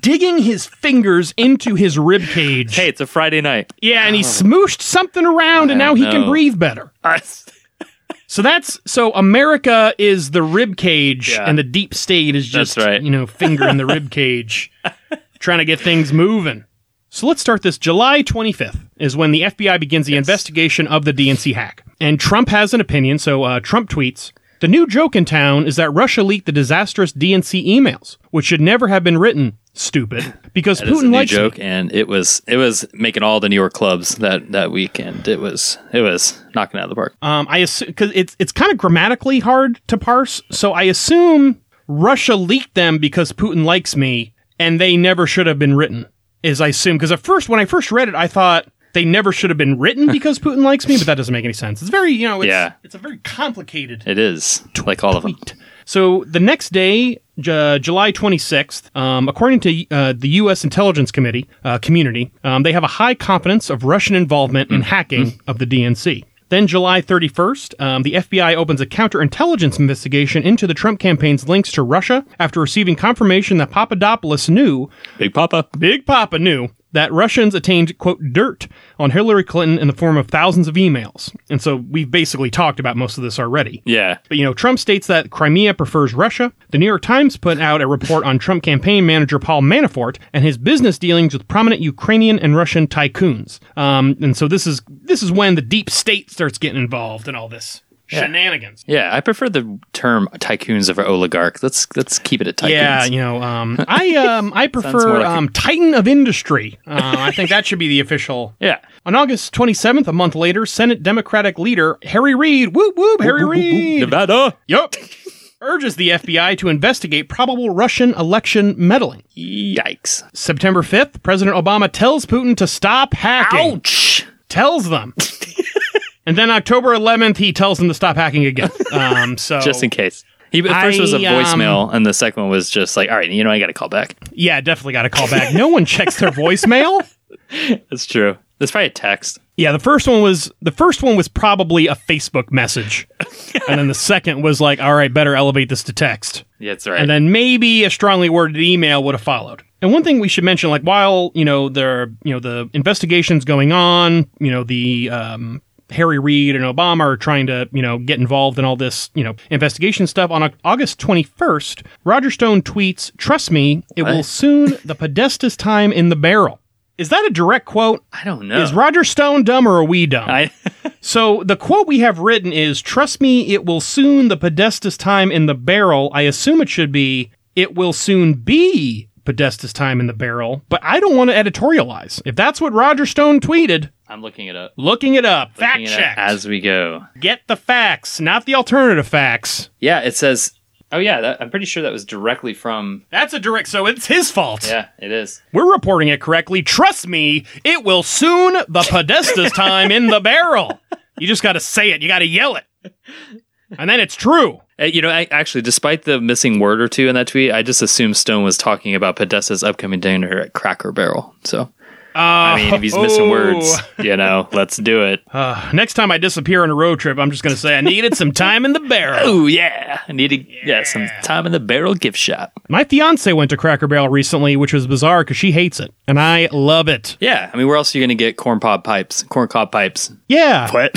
digging his fingers into his rib cage. Hey, it's a Friday night. Yeah, and he smooshed something around and now he can know. breathe better. So that's so America is the rib cage, Yeah. and the deep state is That's just right. you know finger in the rib cage, trying to get things moving. So let's start this. July 25th is when the FBI begins the investigation of the DNC hack, and Trump has an opinion. So uh, Trump tweets. The new joke in town is that Russia leaked the disastrous DNC emails, which should never have been written. Stupid, because It was a Putin new likes me. joke, and it was it was making all the New York clubs that that weekend. It was it was knocking it out of the park. Um, I assume because it's it's kind of grammatically hard to parse, so I assume Russia leaked them because Putin likes me, and they never should have been written. Is I assume because at first when I first read it, I thought they never should have been written because Putin likes me, but that doesn't make any sense. It's very you know it's, Yeah. it's a very complicated It is like all of them. so the next day, Ju- July 26th, um, according to uh, the U.S. Intelligence Committee uh, community, um, they have a high confidence of Russian involvement in hacking of the DNC. Then July 31st, um, the FBI opens a counterintelligence investigation into the Trump campaign's links to Russia after receiving confirmation that Papadopoulos knew Big Papa. Big Papa knew that Russians attained, quote, dirt on Hillary Clinton in the form of thousands of emails. And so we've basically talked about most of this already. Yeah, But you know, Trump states that Crimea prefers Russia. The New York Times put out a report on Trump campaign manager Paul Manafort and his business dealings with prominent Ukrainian and Russian tycoons. Um, and so this is this is when the deep state starts getting involved in all this. Shenanigans. Yeah, I prefer the term tycoons over oligarch. Let's let's keep it at tycoons. Yeah, you know, um, I um, I prefer more like a- um, Titan of Industry. Uh, I think that should be the official. yeah. On August 27th, a month later, Senate Democratic leader Harry Reid, whoop whoop, Harry Reid, Nevada. yup, urges the FBI to investigate probable Russian election meddling. Yikes. September 5th, President Obama tells Putin to stop hacking. Ouch. Tells them. and then October 11th, he tells them to stop hacking again. Um, so Just in case. He, at first it was a I, um, voicemail, and the second one was just like, all right, you know, I got to call back. yeah, definitely got to call back. No one checks their voicemail. That's true. That's probably a text. Yeah, the first one was the first one was probably a Facebook message, and then the second was like, all right, better elevate this to text. Yeah, that's right. and then maybe a strongly worded email would have followed. And one thing we should mention, like while you know there, you know the investigations going on, you know the um, Harry Reid and Obama are trying to you know get involved in all this you know investigation stuff. On Au- August twenty first, Roger Stone tweets, "Trust me, it will soon the Podesta's time in the barrel." Is that a direct quote? I don't know. Is Roger Stone dumb or are we dumb? Oh. I, So the quote we have written is Trust me, it will soon the Podesta's time in the barrel. I assume it should be, it will soon be Podesta's time in the barrel, but I don't want to editorialize. If that's what Roger Stone tweeted, I'm looking it up. looking it up, fact Looking it up check. as we go. Get the facts, not the alternative facts. Yeah, it says. Oh yeah, that, I'm pretty sure that was directly from. That's a direct, so it's his fault. Yeah, it is. We're reporting it correctly. Trust me, it will soon the Podesta's time in the barrel. You just got to say it, you got to yell it. And then it's true. Uh, You know, I, actually, despite the missing word or two in that tweet, I just assumed Stone was talking about Podesta's upcoming dinner at Cracker Barrel. So, I mean, if he's missing Oh. words, you know, let's do it. Uh, next time I disappear on a road trip, I'm just going to say I needed some time in the barrel. Oh yeah, I need to yeah some time in the barrel gift shop. My fiance went to Cracker Barrel recently, which was bizarre because she hates it, and I love it. Yeah, I mean, where else are you gonna get corn cob pipes? Corn cob pipes. Yeah, What?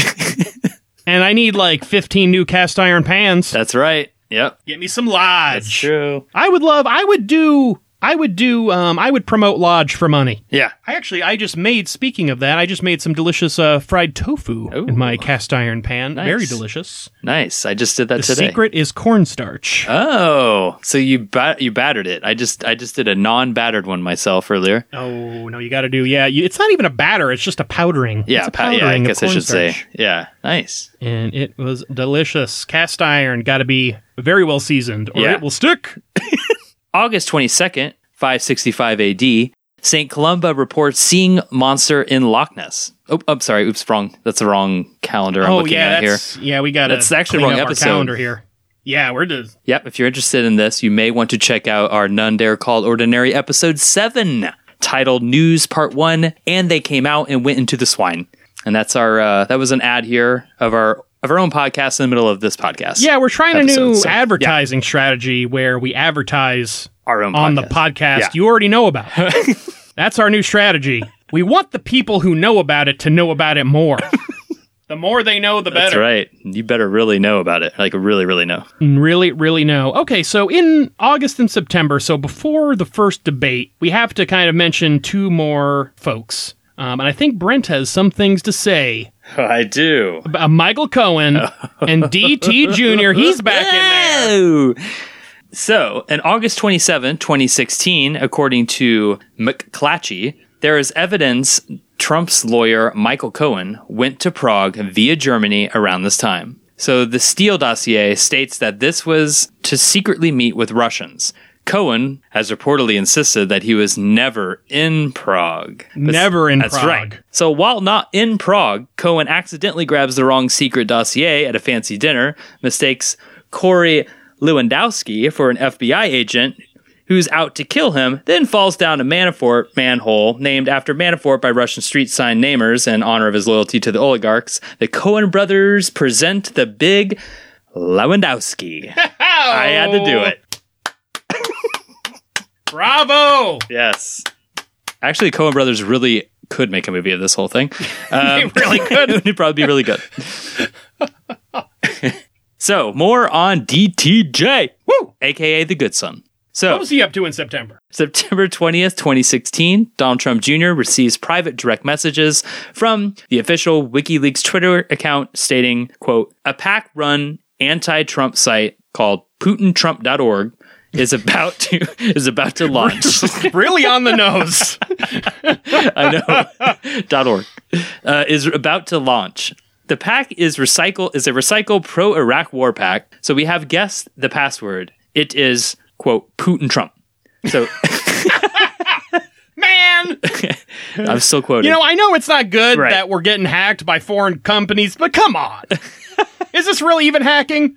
and I need like 15 new cast iron pans. That's right. Yep. Get me some lodge. true. I would love. I would do. I would do. Um, I would promote lodge for money. Yeah. I actually, I just made. Speaking of that, I just made some delicious uh, fried tofu Ooh. in my cast iron pan. Very Nice. delicious. Nice. I just did that The today. secret is cornstarch. Oh, so you bat- you battered it. I just I just did a non-battered one myself earlier. Oh no, you got to do yeah. You, it's not even a batter; it's just a powdering. Yeah, it's a pa- yeah. I powdering of guess I should cornstarch. say. Yeah, nice. And it was delicious. Cast iron got to be very well seasoned, or Yeah. it will stick. August twenty second, five sixty five A.D. Saint Columba reports seeing monster in Loch Ness. Oh, I'm sorry. Oops, wrong. That's the wrong calendar. I'm oh looking yeah, at here. that's, yeah, we got to. That's actually clean wrong up episode. Our calendar here. Yeah, we're just Yep, if you're interested in this, you may want to check out our None Dare Called Ordinary episode 7, titled News Part 1, and they came out and went into the swine. And that's our uh, that was an ad here of our of our own podcast in the middle of this podcast. yeah, we're trying a new Episode, so- advertising strategy where we advertise our own on podcast. the podcast Yeah. you already know about. That's our new strategy. We want the people who know about it to know about it more. the more they know, the better. That's right. You better really know about it. Like really really know. Really, really no. Okay, so in August and September, so before the first debate, we have to kind of mention two more folks. Um, and I think Brent has some things to say I do. about Michael Cohen and DT Jr. He's back in there. Oh. So, on August 27, 2016, according to McClatchy, there is evidence Trump's lawyer, Michael Cohen, went to Prague via Germany around this time. So, the Steele dossier states that this was to secretly meet with Russians. Cohen has reportedly insisted that he was never in Prague. But- Never in That's Prague. right. So while not in Prague, Cohen accidentally grabs the wrong secret dossier at a fancy dinner, mistakes Corey Lewandowski for an FBI agent who's out to kill him, then falls down a Manafort manhole named after Manafort by Russian street sign namers in honor of his loyalty to the oligarchs. The Cohen brothers present the big Lewandowski. I had to do it. Bravo! Yes. Actually, Cohen Brothers really could make a movie of this whole thing. They really good. It'd probably be really good. so, more on DTJ, Woo! aka the good son. So, What was he up to in September? September 20th, 2016, Donald Trump Jr. receives private direct messages from the official WikiLeaks Twitter account stating, quote, a PAC run anti-Trump site called PutinTrump.org is about to is about to launch. really on the nose. I know. dot org uh, is about to launch. The pack is recycle is a recycle pro Iraq war pack. So we have guessed the password. It is quote Putin Trump. So Man! I'm still quoting. You know, I know it's not good Right. that we're getting hacked by foreign companies, but come on. Is this really even hacking?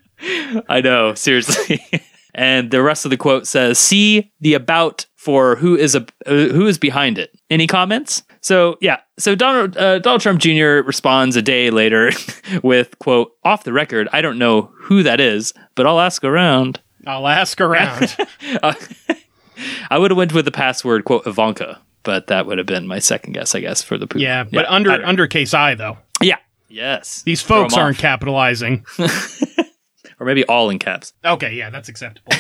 I know seriously. and the rest of the quote says, "See the about for who is a uh, who is behind it." Any comments? So yeah, so Donald uh, Donald Trump Jr. responds a day later with quote off the record. I don't know who that is, but I'll ask around. I'll ask around. I would have went with the password quote Ivanka, but that would have been my second guess, I guess, for the Putin. yeah, but under I don't- under case I though. yeah, yes, These Throw folks them aren't off. capitalizing. or maybe all in caps. Okay, yeah, that's acceptable.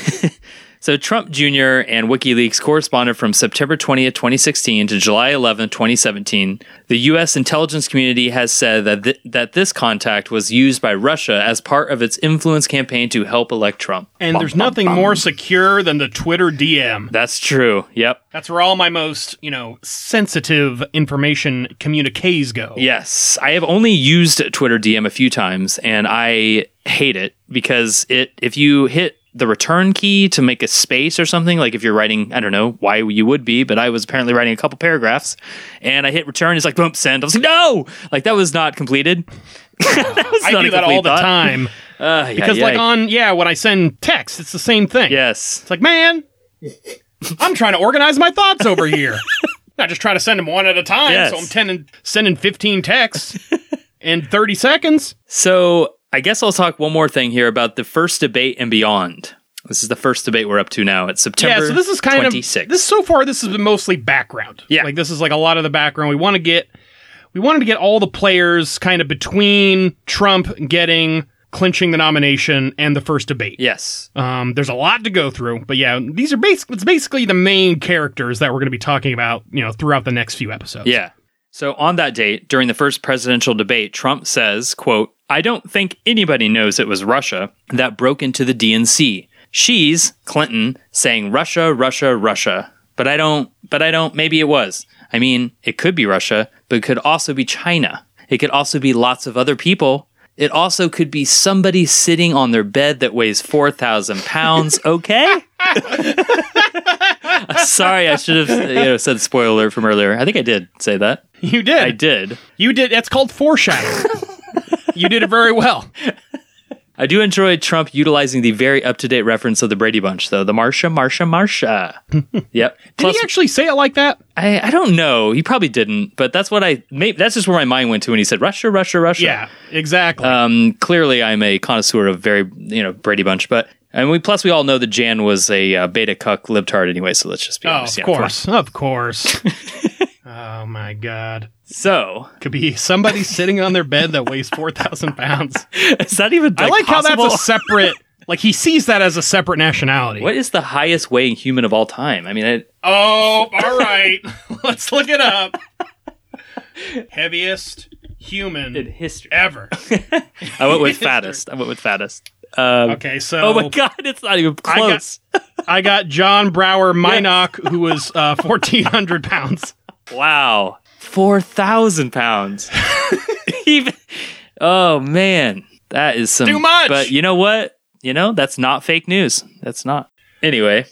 So Trump Jr. and WikiLeaks corresponded from September 20th, 2016 to July 11th, 2017. The U.S. intelligence community has said that, th- that this contact was used by Russia as part of its influence campaign to help elect Trump. And there's nothing more secure than the Twitter DM. That's true. Yep. That's where all my most, you know, sensitive information communiques go. Yes, I have only used Twitter DM a few times, and I hate it because it if you hit the return key to make a space or something like if you're writing i don't know why you would be but i was apparently writing a couple paragraphs and i hit return it's like boom send i was like no like that was not completed that was I not do a that complete all the thought. time. Uh, yeah, Because yeah. like on yeah, when I send text, it's the same thing. yes It's like, man, I'm trying to organize my thoughts over here. Not just trying to send them one at a time. Yes. So I'm 10 and sending 15 texts in 30 seconds. So I guess I'll talk one more thing here about the first debate and beyond. This is the first debate we're up to now. It's September. yeah, so this is kind 26th. of this so far this has been mostly background. Yeah. Like this is like a lot of the background. We want to get we wanted to get all the players kind of between Trump getting clinching the nomination and the first debate. yes. Um, there's a lot to go through, but yeah, these are basically it's basically the main characters that we're going to be talking about, you know, throughout the next few episodes. Yeah. So on that date, during the first presidential debate, Trump says, quote, I don't think anybody knows it was Russia that broke into the DNC. She's, Clinton, saying Russia, Russia, Russia. But I don't, but I don't, maybe it was. I mean, it could be Russia, but it could also be China. It could also be lots of other people. It also could be somebody sitting on their bed that weighs 4,000 pounds, okay? Sorry, I should have you know, said spoiler from earlier. I think I did say that. You did. I did. You did. That's called foreshadowing. you did it very well. I do enjoy Trump utilizing the very up to date reference of the Brady Bunch, though. The Marsha, Marsha, Marsha. yep. Did Plus, he actually say it like that? I, I don't know. He probably didn't, but that's what I. Maybe, that's just where my mind went to when he said Russia, Russia, Russia. Yeah, exactly. Um, clearly, I'm a connoisseur of very you know Brady Bunch, but and we plus we all know that Jan was a uh, beta cuck libtard anyway. So let's just be oh, honest. of Yeah, course, of course. oh my God. So Could be somebody sitting on their bed that weighs four thousand pounds. is that even? I like how possible? that's a separate. Like he sees that as a separate nationality. What is the highest weighing human of all time? I mean, I, Oh, all right. Let's look it up. Heaviest in human history. ever. I went with fattest. I went with fattest. Um, Okay, so Oh my god, it's not even got- close. I got John Brower Minock, who was uh, fourteen hundred pounds. wow, four thousand pounds. even, oh man, that is some Too much! But you know what? You know that's not fake news. That's not. Anyway,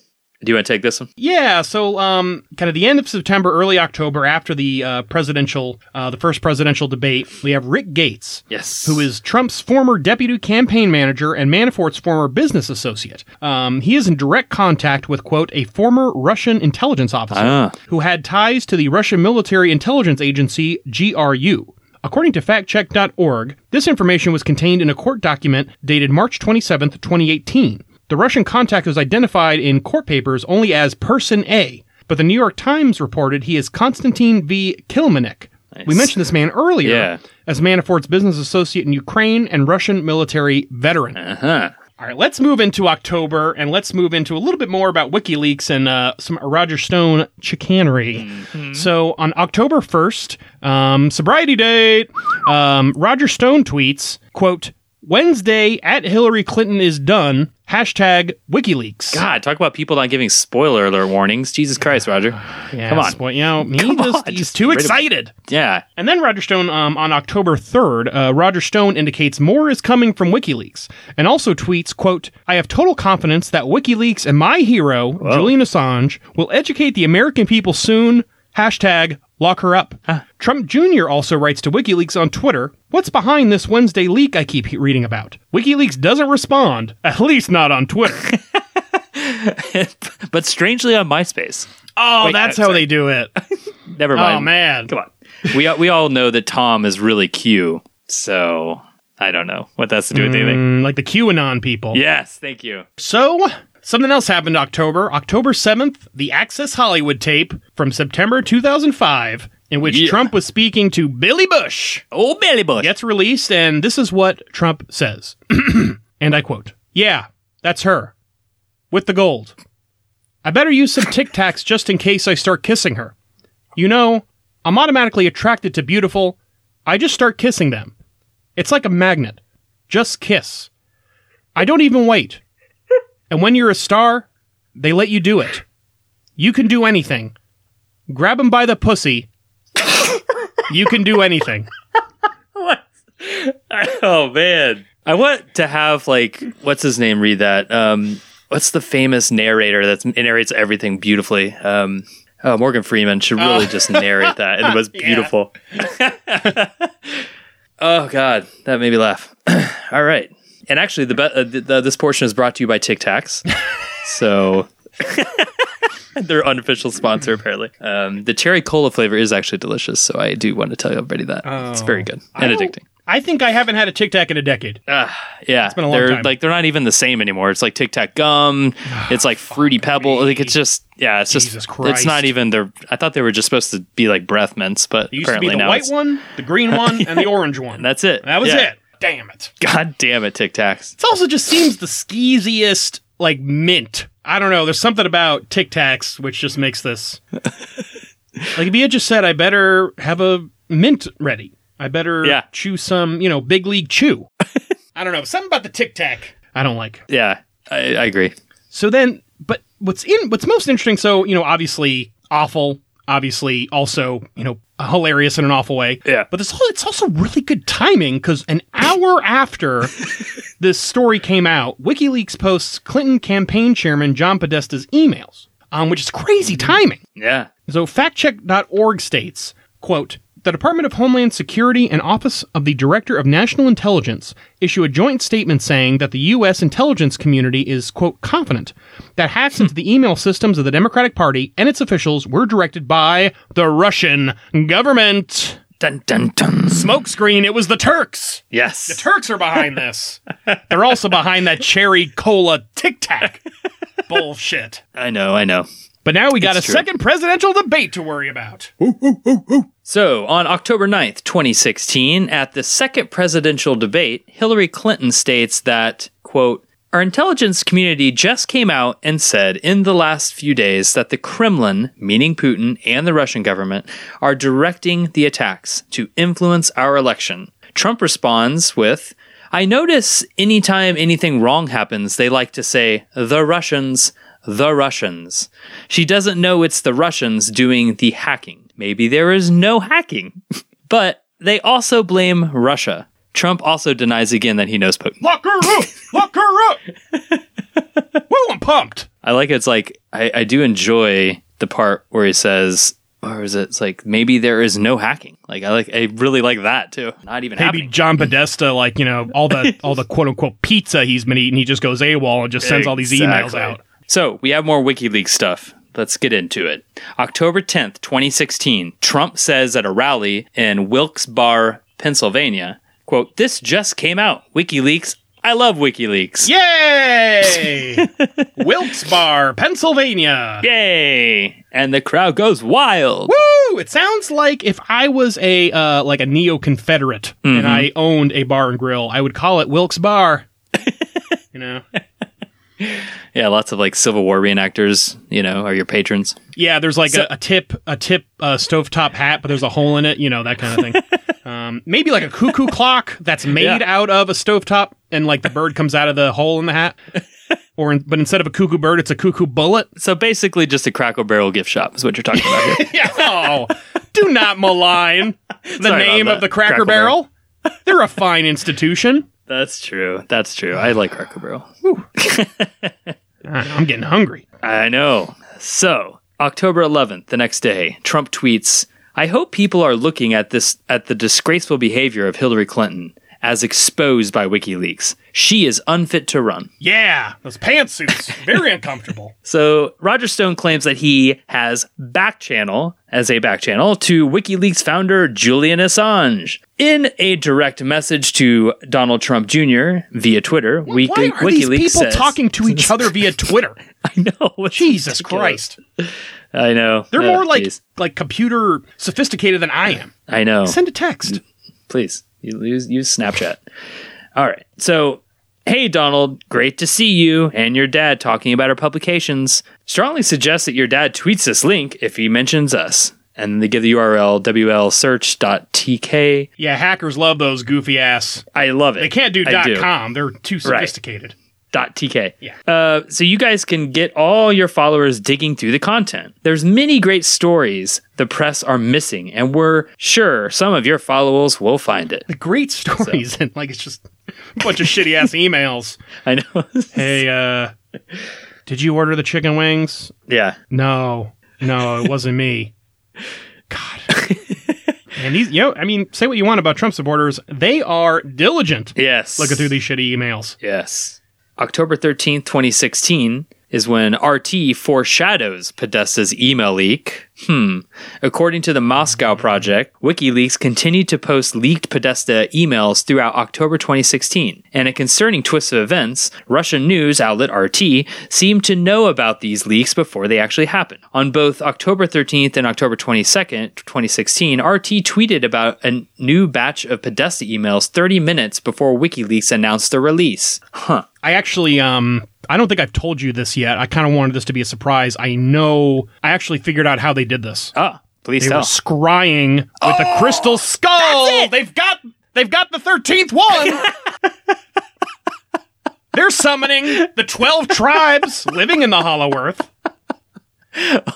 do you want to take this one? Yeah, so um, kind of the end of September, early October, after the uh, presidential, uh, the first presidential debate, we have Rick Gates, Yes. who is Trump's former deputy campaign manager and Manafort's former business associate. Um, he is in direct contact with quote a former Russian intelligence officer Ah. who had ties to the Russian military intelligence agency GRU. According to factcheck.org, this information was contained in a court document dated March 27, 2018. The Russian contact was identified in court papers only as Person A, but the New York Times reported he is Konstantin V. Kilmanik. We mentioned this man earlier Yeah. as Manafort's business associate in Ukraine and Russian military veteran. Uh huh. All right, let's move into October and let's move into a little bit more about WikiLeaks and uh, some Roger Stone chicanery. Mm-hmm. So on October 1st, um, sobriety date, um, Roger Stone tweets, quote, Wednesday at Hillary Clinton is done, hashtag WikiLeaks. God, talk about people not giving spoiler alert warnings. Jesus Christ, Roger. Yes, Come on. Well, you know, he Come just, on, he's just too get rid of it. excited. Yeah. And then Roger Stone, um, on October 3rd, uh, Roger Stone indicates more is coming from WikiLeaks and also tweets, quote, I have total confidence that WikiLeaks and my hero, Julian Assange, will educate the American people soon. Hashtag lock her up. Trump Jr. also writes to WikiLeaks on Twitter, What's behind this Wednesday leak I keep he- reading about? WikiLeaks doesn't respond, at least not on Twitter. but strangely on MySpace. Oh, Wait, that's uh, how sorry. they do it. Never mind. Oh, man. Come on. We we all know that Tom is really Q, so I don't know what that's to do with anything. Mm, like the QAnon people. Yes, thank you. So, something else happened October. October 7th, the Access Hollywood tape from September 2005, in which Yeah. Trump was speaking to Billy Bush, Oh, Billy Bush. gets released, and this is what Trump says. and I quote Yeah, that's her. With the gold. I better use some tic tacs just in case I start kissing her. You know, I'm automatically attracted to beautiful. I just start kissing them. It's like a magnet. Just kiss. I don't even wait. And when you're a star, they let you do it. You can do anything. Grab him by the pussy. you can do anything. Oh man. I want to have like what's his name read that. Um what's the famous narrator that narrates everything beautifully? Um Oh, Morgan Freeman should really just narrate that. and It was beautiful. oh God, that made me laugh. All right, and actually, the, be- uh, the, the this portion is brought to you by Tic Tacs. so they're unofficial sponsor apparently. Um, the cherry cola flavor is actually delicious, so I do want to tell everybody that it's very good and addicting. I think I haven't had a Tic Tac in a decade. Yeah, been a long they're time. like they're not even the same anymore. It's like Tic Tac gum. it's like fruity pebble. Like it's just yeah, it's just Jesus it's Christ. not even. They're I thought they were just supposed to be like breath mints, but It used apparently to be the now white it's- one, the green one, and the orange one. That's it. that was Yeah. it. Damn it. God damn it, Tic Tacs. It also just seems the skeeziest, like mint. I don't know. There's something about Tic Tacs which just makes this. like Bia just said, I better have a mint ready. I better Yeah. chew some, you know, big league chew. I don't know. Something about the Tic Tac I don't like. Yeah, I, I agree. So then, but what's in what's most interesting? So you know, obviously awful, obviously also you know hilarious in an awful way. Yeah. But this whole it's also really good timing because an hour after this story came out, WikiLeaks posts Clinton campaign chairman John Podesta's emails, um, which is crazy timing. Yeah, So factcheck.org states, quote, the Department of Homeland Security and Office of the Director of National Intelligence issue a joint statement saying that the U.S. intelligence community is, quote, confident that hacks into the email systems of the Democratic Party and its officials were directed by the Russian government. dun dun dun. Smokescreen, it was the Turks. Yes, The Turks are behind this. They're also behind that cherry cola tic tac bullshit. I know, I know. But now we got It's a true. second presidential debate to worry about. So, on October 9th, 2016, at the second presidential debate, Hillary Clinton states that, quote, our intelligence community just came out and said in the last few days that the Kremlin, meaning Putin and the Russian government, are directing the attacks to influence our election. Trump responds with, I notice anytime anything wrong happens, they like to say, the Russians, the Russians. She doesn't know it's the Russians doing the hacking. Maybe there is no hacking. but they also blame Russia. Trump also denies again that he knows Putin. Lock her up! Lock her up! Woo, I'm pumped! I like it's like, I, I do enjoy the part where he says, or is it? It's like maybe there is no hacking. Like I like, I really like that too. Not even Maybe happening. John Podesta, like, you know, all the all the quote unquote pizza he's been eating, he just goes AWOL and just sends all these emails Exactly. out. So we have more WikiLeaks stuff. Let's get into it. October 10th, 2016, Trump says at a rally in Wilkes-Barre, Pennsylvania, quote, This just came out. WikiLeaks. I love WikiLeaks. Yay! Wilkes-Barre, Pennsylvania. Yay! And the crowd goes wild. Woo! It sounds like if I was a uh, like a Mm-hmm. neo-Confederate and I owned a bar and grill, I would call it Wilkes Bar. You know. Yeah, lots of like Civil War reenactors, you know, are your patrons. Yeah, there's like a, a tip, a tip uh, stovetop hat, but there's a hole in it, you know, that kind of thing. um, maybe like a cuckoo clock that's made Yeah. out of a stovetop, and like the bird comes out of the hole in the hat. Or, in, but instead of a cuckoo bird, it's a cuckoo bullet. So basically, just a Crackle Barrel gift shop is what you're talking about here. Yeah, oh, do not malign the Sorry about name of that. the Cracker, Cracker Barrel. They're a fine institution. That's true. That's true. I like Crackle Barrel. All right, I'm getting hungry. I know. So, October 11th, the next day, Trump tweets, "I hope people are looking at this at the disgraceful behavior of Hillary Clinton as exposed by WikiLeaks. She is unfit to run." Yeah, those pantsuits very uncomfortable. So Roger Stone claims that he has back channel as a back channel to WikiLeaks founder Julian Assange. In a direct message to Donald Trump Jr. via Twitter, Why Wiki- are these WikiLeaks people says, talking to each other via Twitter? I know. it's Jesus ridiculous. Christ, I know. they're Oh, more like jeez. like computer sophisticated than I am. I know. Send a text. please you- use use Snapchat. All right. So, hey Donald, great to see you and your dad talking about our publications. Strongly suggest that your dad tweets this link if he mentions us. And they give the URL wlsearch.tk. Yeah, hackers love those goofy ass. I love it. They can't do I dot .com. They're too sophisticated. dot tk Yeah. uh, so you guys can get all your followers digging through the content there's many great stories the press are missing and we're sure some of your followers will find it The great stories and like it's just a bunch of shitty ass emails. i know Hey, uh, did you order the chicken wings? yeah No, no, it wasn't me. God. And these, you know, I mean, say what you want about Trump supporters. They are diligent yes looking through these shitty emails. Yes. October 13th, 2016 is when RT foreshadows Podesta's email leak. Hmm. According to the Moscow Project, WikiLeaks continued to post leaked Podesta emails throughout October 2016. And a concerning twist of events, Russian news outlet RT seemed to know about these leaks before they actually happened. On both October 13th and October 22nd, 2016, RT tweeted about a new batch of Podesta emails 30 minutes before WikiLeaks announced the release. Huh. I actually, um, I don't think I've told you this yet. I kind of wanted this to be a surprise. I know I actually figured out how they did this. Ah, please They tell. were scrying with a crystal skull. They've got, they've got the thirteenth one. They're summoning the twelve tribes living in the Hollow Earth.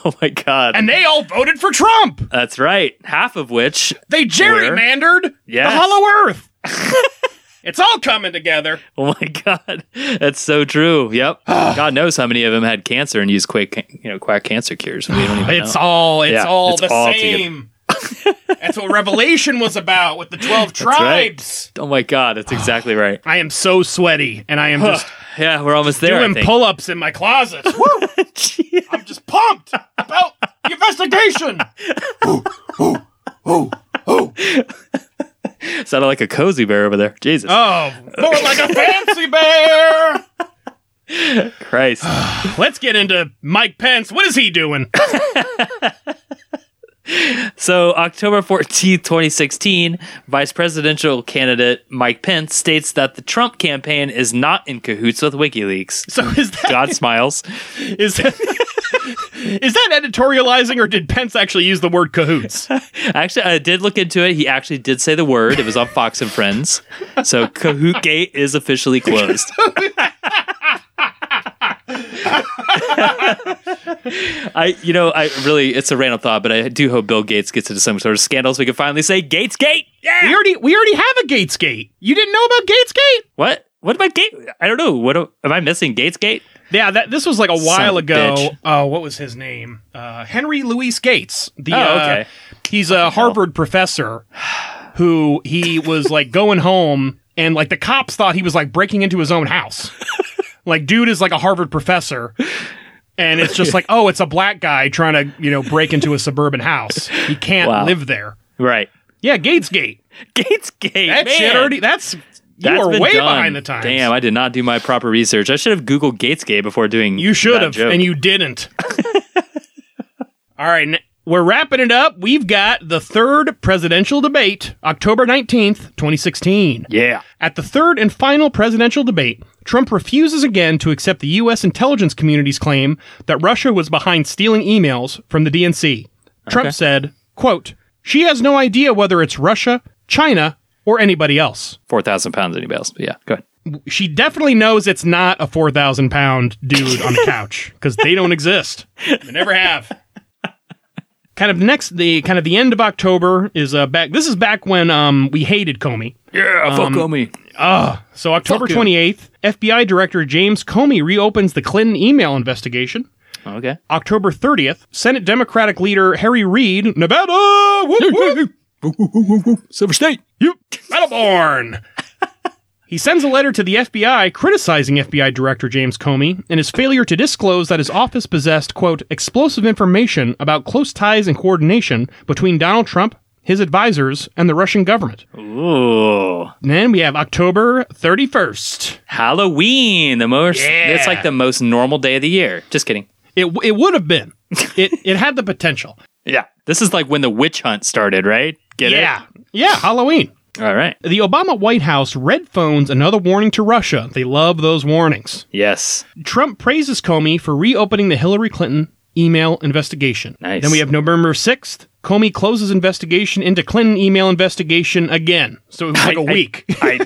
oh my god. and they all voted for Trump. That's right. Half of which They gerrymandered Yes. the Hollow Earth. it's all coming together. Oh my god. That's so true. Yep. god knows how many of them had cancer and used quack you know, quack cancer cures. We don't even know. It's all it's Yeah, all it's the all together. same. That's what Revelation was about with the twelve right. tribes. Oh my god, that's exactly right. I am so sweaty, and I am just Yeah, we're almost there. I doing think. pull-ups in my closet. Woo! I'm just pumped about the investigation. Sounded like a cozy bear over there. Jesus Oh, more like a fancy bear. Christ. Let's get into Mike Pence. What is he doing? So, October 14th, 2016, Vice Presidential candidate Mike Pence states that the Trump campaign is not in cahoots with WikiLeaks. So is that God smiles. Is that, is that editorializing, or did Pence actually use the word cahoots? Actually, I did look into it. He actually did say the word. It was on Fox and Friends. So, Kahoot Gate is officially closed. I, you know, I really, it's a random thought, but I do hope Bill Gates gets into some sort of scandal so we can finally say Gates Gate. Yeah. We already we already have a Gatesgate. You didn't know about Gatesgate? What? What about Gate? I don't know. What am am I missing? Gatesgate? Yeah, that this was like a of while a ago. bitch. Oh, what was his name? Uh, Henry Louis Gates. The, Oh, uh, okay. he's a Harvard professor who he was like going home, and like the cops thought he was like breaking into his own house. like, dude is like a Harvard professor. And it's just like, oh, it's a black guy trying to, you know, break into a suburban house. He can't Wow. live there. Right. Yeah, Gatesgate. Gatesgate. That man. shit already. That's you That's are been way done. behind the times. Damn, I did not do my proper research. I should have Googled Gatesgate before doing. you should that have, joke. and you didn't. All right, n- we're wrapping it up. We've got the third presidential debate, October nineteenth, twenty sixteen. yeah. At the third and final presidential debate, Trump refuses again to accept the U.S. intelligence community's claim that Russia was behind stealing emails from the DNC. Trump said, quote, She has no idea whether it's Russia, China, or anybody else. 4,000 pounds in emails. But yeah, go ahead. She definitely knows it's not a 4,000 pound dude on a couch because they don't exist. They never have. Kind of next, the kind of the end of October is uh, back. This is back when um, we hated Comey. Yeah, Uh, fuck Comey. So October Fuck him. 28th, FBI Director James Comey reopens the Clinton email investigation. Okay. October 30th, Senate Democratic leader Harry Reid, Nevada, whoop, whoop, Silver State. you Battleborn. He sends a letter to the FBI criticizing FBI Director James Comey and his failure to disclose that his office possessed, quote, explosive information about close ties and coordination between Donald Trump, his advisors, and the Russian government. Ooh. And then we have October 31st. Halloween. The most, Yeah. it's like the most normal day of the year. Just kidding. It, it would have been. It, it had the potential. Yeah. This is like when the witch hunt started, right? Get Yeah. Yeah, Halloween. it? All right. The Obama White House red phones another warning to Russia. They love those warnings. Yes. Trump praises Comey for reopening the Hillary Clinton email investigation. Nice. Then we have November 6th. Comey closes investigation into Clinton email investigation again. So it was like a I- week. I,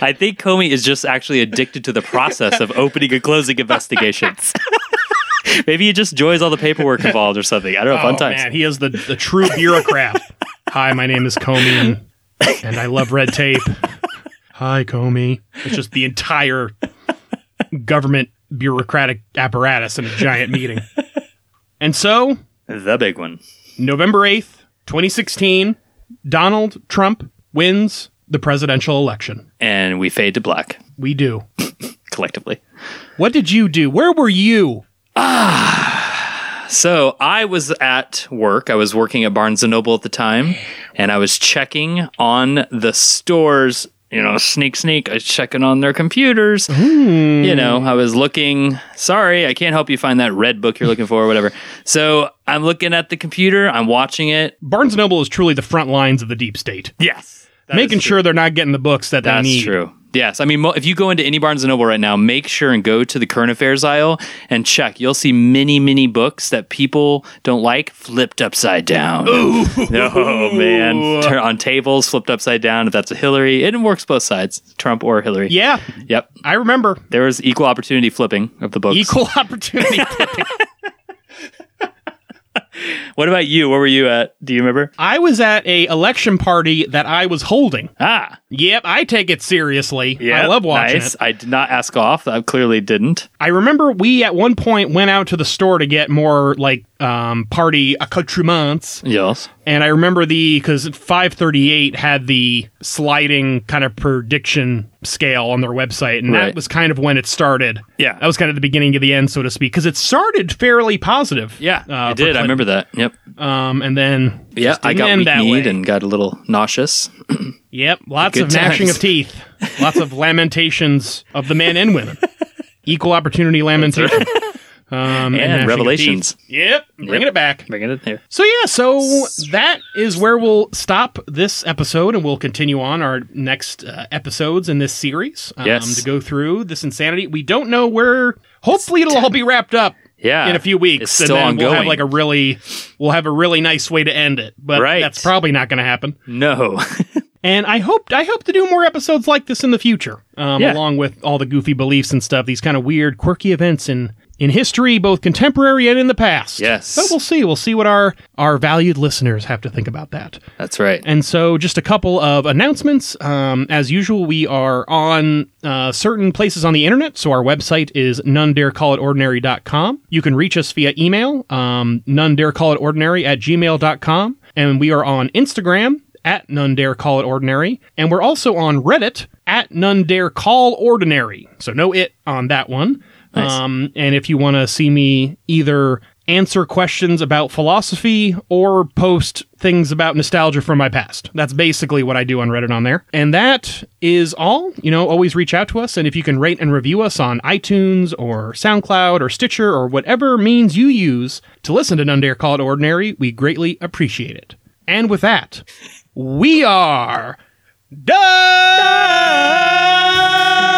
I think Comey is just actually addicted to the process of opening and closing investigations. Maybe he just enjoys all the paperwork involved or something. I don't know. fun oh, times. man, he is the, the true bureaucrat. Hi, my name is Comey, and, and I love red tape. Hi, Comey. It's just the entire government bureaucratic apparatus in a giant meeting. And so, The big one. November 8th, 2016, Donald Trump wins the presidential election. And we fade to black We do. collectively. What did you do? Where were you? So I was at work. I was working at Barnes and Noble at the time, and I was checking on the stores. You know, sneak, sneak. I was checking on their computers. You know, I was looking. Sorry, I can't help you find that red book you're looking for, or whatever. So I'm looking at the computer. I'm watching it. Barnes Noble is truly the front lines of the deep state, Yes, making sure they're not getting the books that That's they need. true. Yes, I mean, mo- if you go into any Barnes and Noble right now, make sure and go to the current affairs aisle and check. You'll see many, many books that people don't like flipped upside down. Oh man, Turn on tables flipped upside down. If that's a Hillary, it works both sides, Trump or Hillary. Yeah, Yep. I remember. There was equal opportunity flipping of the books. Equal opportunity. What about you? Where were you at? Do you remember? I was at a election party that I was holding. Ah, Yep, I take it seriously. yeah. I love watching nice. it. I did not ask off. I clearly didn't. I remember we at one point went out to the store to get more like um, party accoutrements, Yes. and I remember the because 538 had the sliding kind of prediction scale on their website, and Right. that was kind of when it started. Yeah. that was kind of the beginning of the end, so to speak, because it started fairly positive. Yeah, uh, I for did. I Clinton. remember that. Yep. Um, and then Yeah, just I didn't got end that weak-kneed way. and got a little nauseous. Yep, lots Good of gnashing times. of teeth, lots of lamentations of the men and women, equal opportunity lamentation, um, And gnashing of revelations. teeth. Yep, bringing it back. Bringing it here. So yeah, so that is where we'll stop this episode, and we'll continue on our next uh, episodes in this series. Um, Yes. to go through this insanity. We don't know where. Hopefully, it'll all be wrapped up. Yeah, in a few weeks, it's still and then we'll have ongoing. like a really, we'll have a really nice way to end it. But Right. that's probably not going to happen. No. And I hope I hope to do more episodes like this in the future, um, Yeah. along with all the goofy beliefs and stuff. These kind of weird, quirky events in in history, both contemporary and in the past. Yes. but we'll see. We'll see what our our valued listeners have to think about that. That's right. And so, just a couple of announcements. Um, as usual, we are on uh, certain places on the internet. So, our website is nonedarecallitordinary.com. You can reach us via email, um, nonedarecallitordinary at gmail.com. And we are on Instagram at none dare call it ordinary and we're also on reddit at none dare call ordinary so no it on that one um, and if you want to see me either answer questions about philosophy or post things about nostalgia from my past. That's basically what I do on Reddit on there. And that is all. You know, always reach out to us. And if you can rate and review us on iTunes or SoundCloud or Stitcher or whatever means you use to listen to None Dare Call It Ordinary, we greatly appreciate it. And with that, we are done!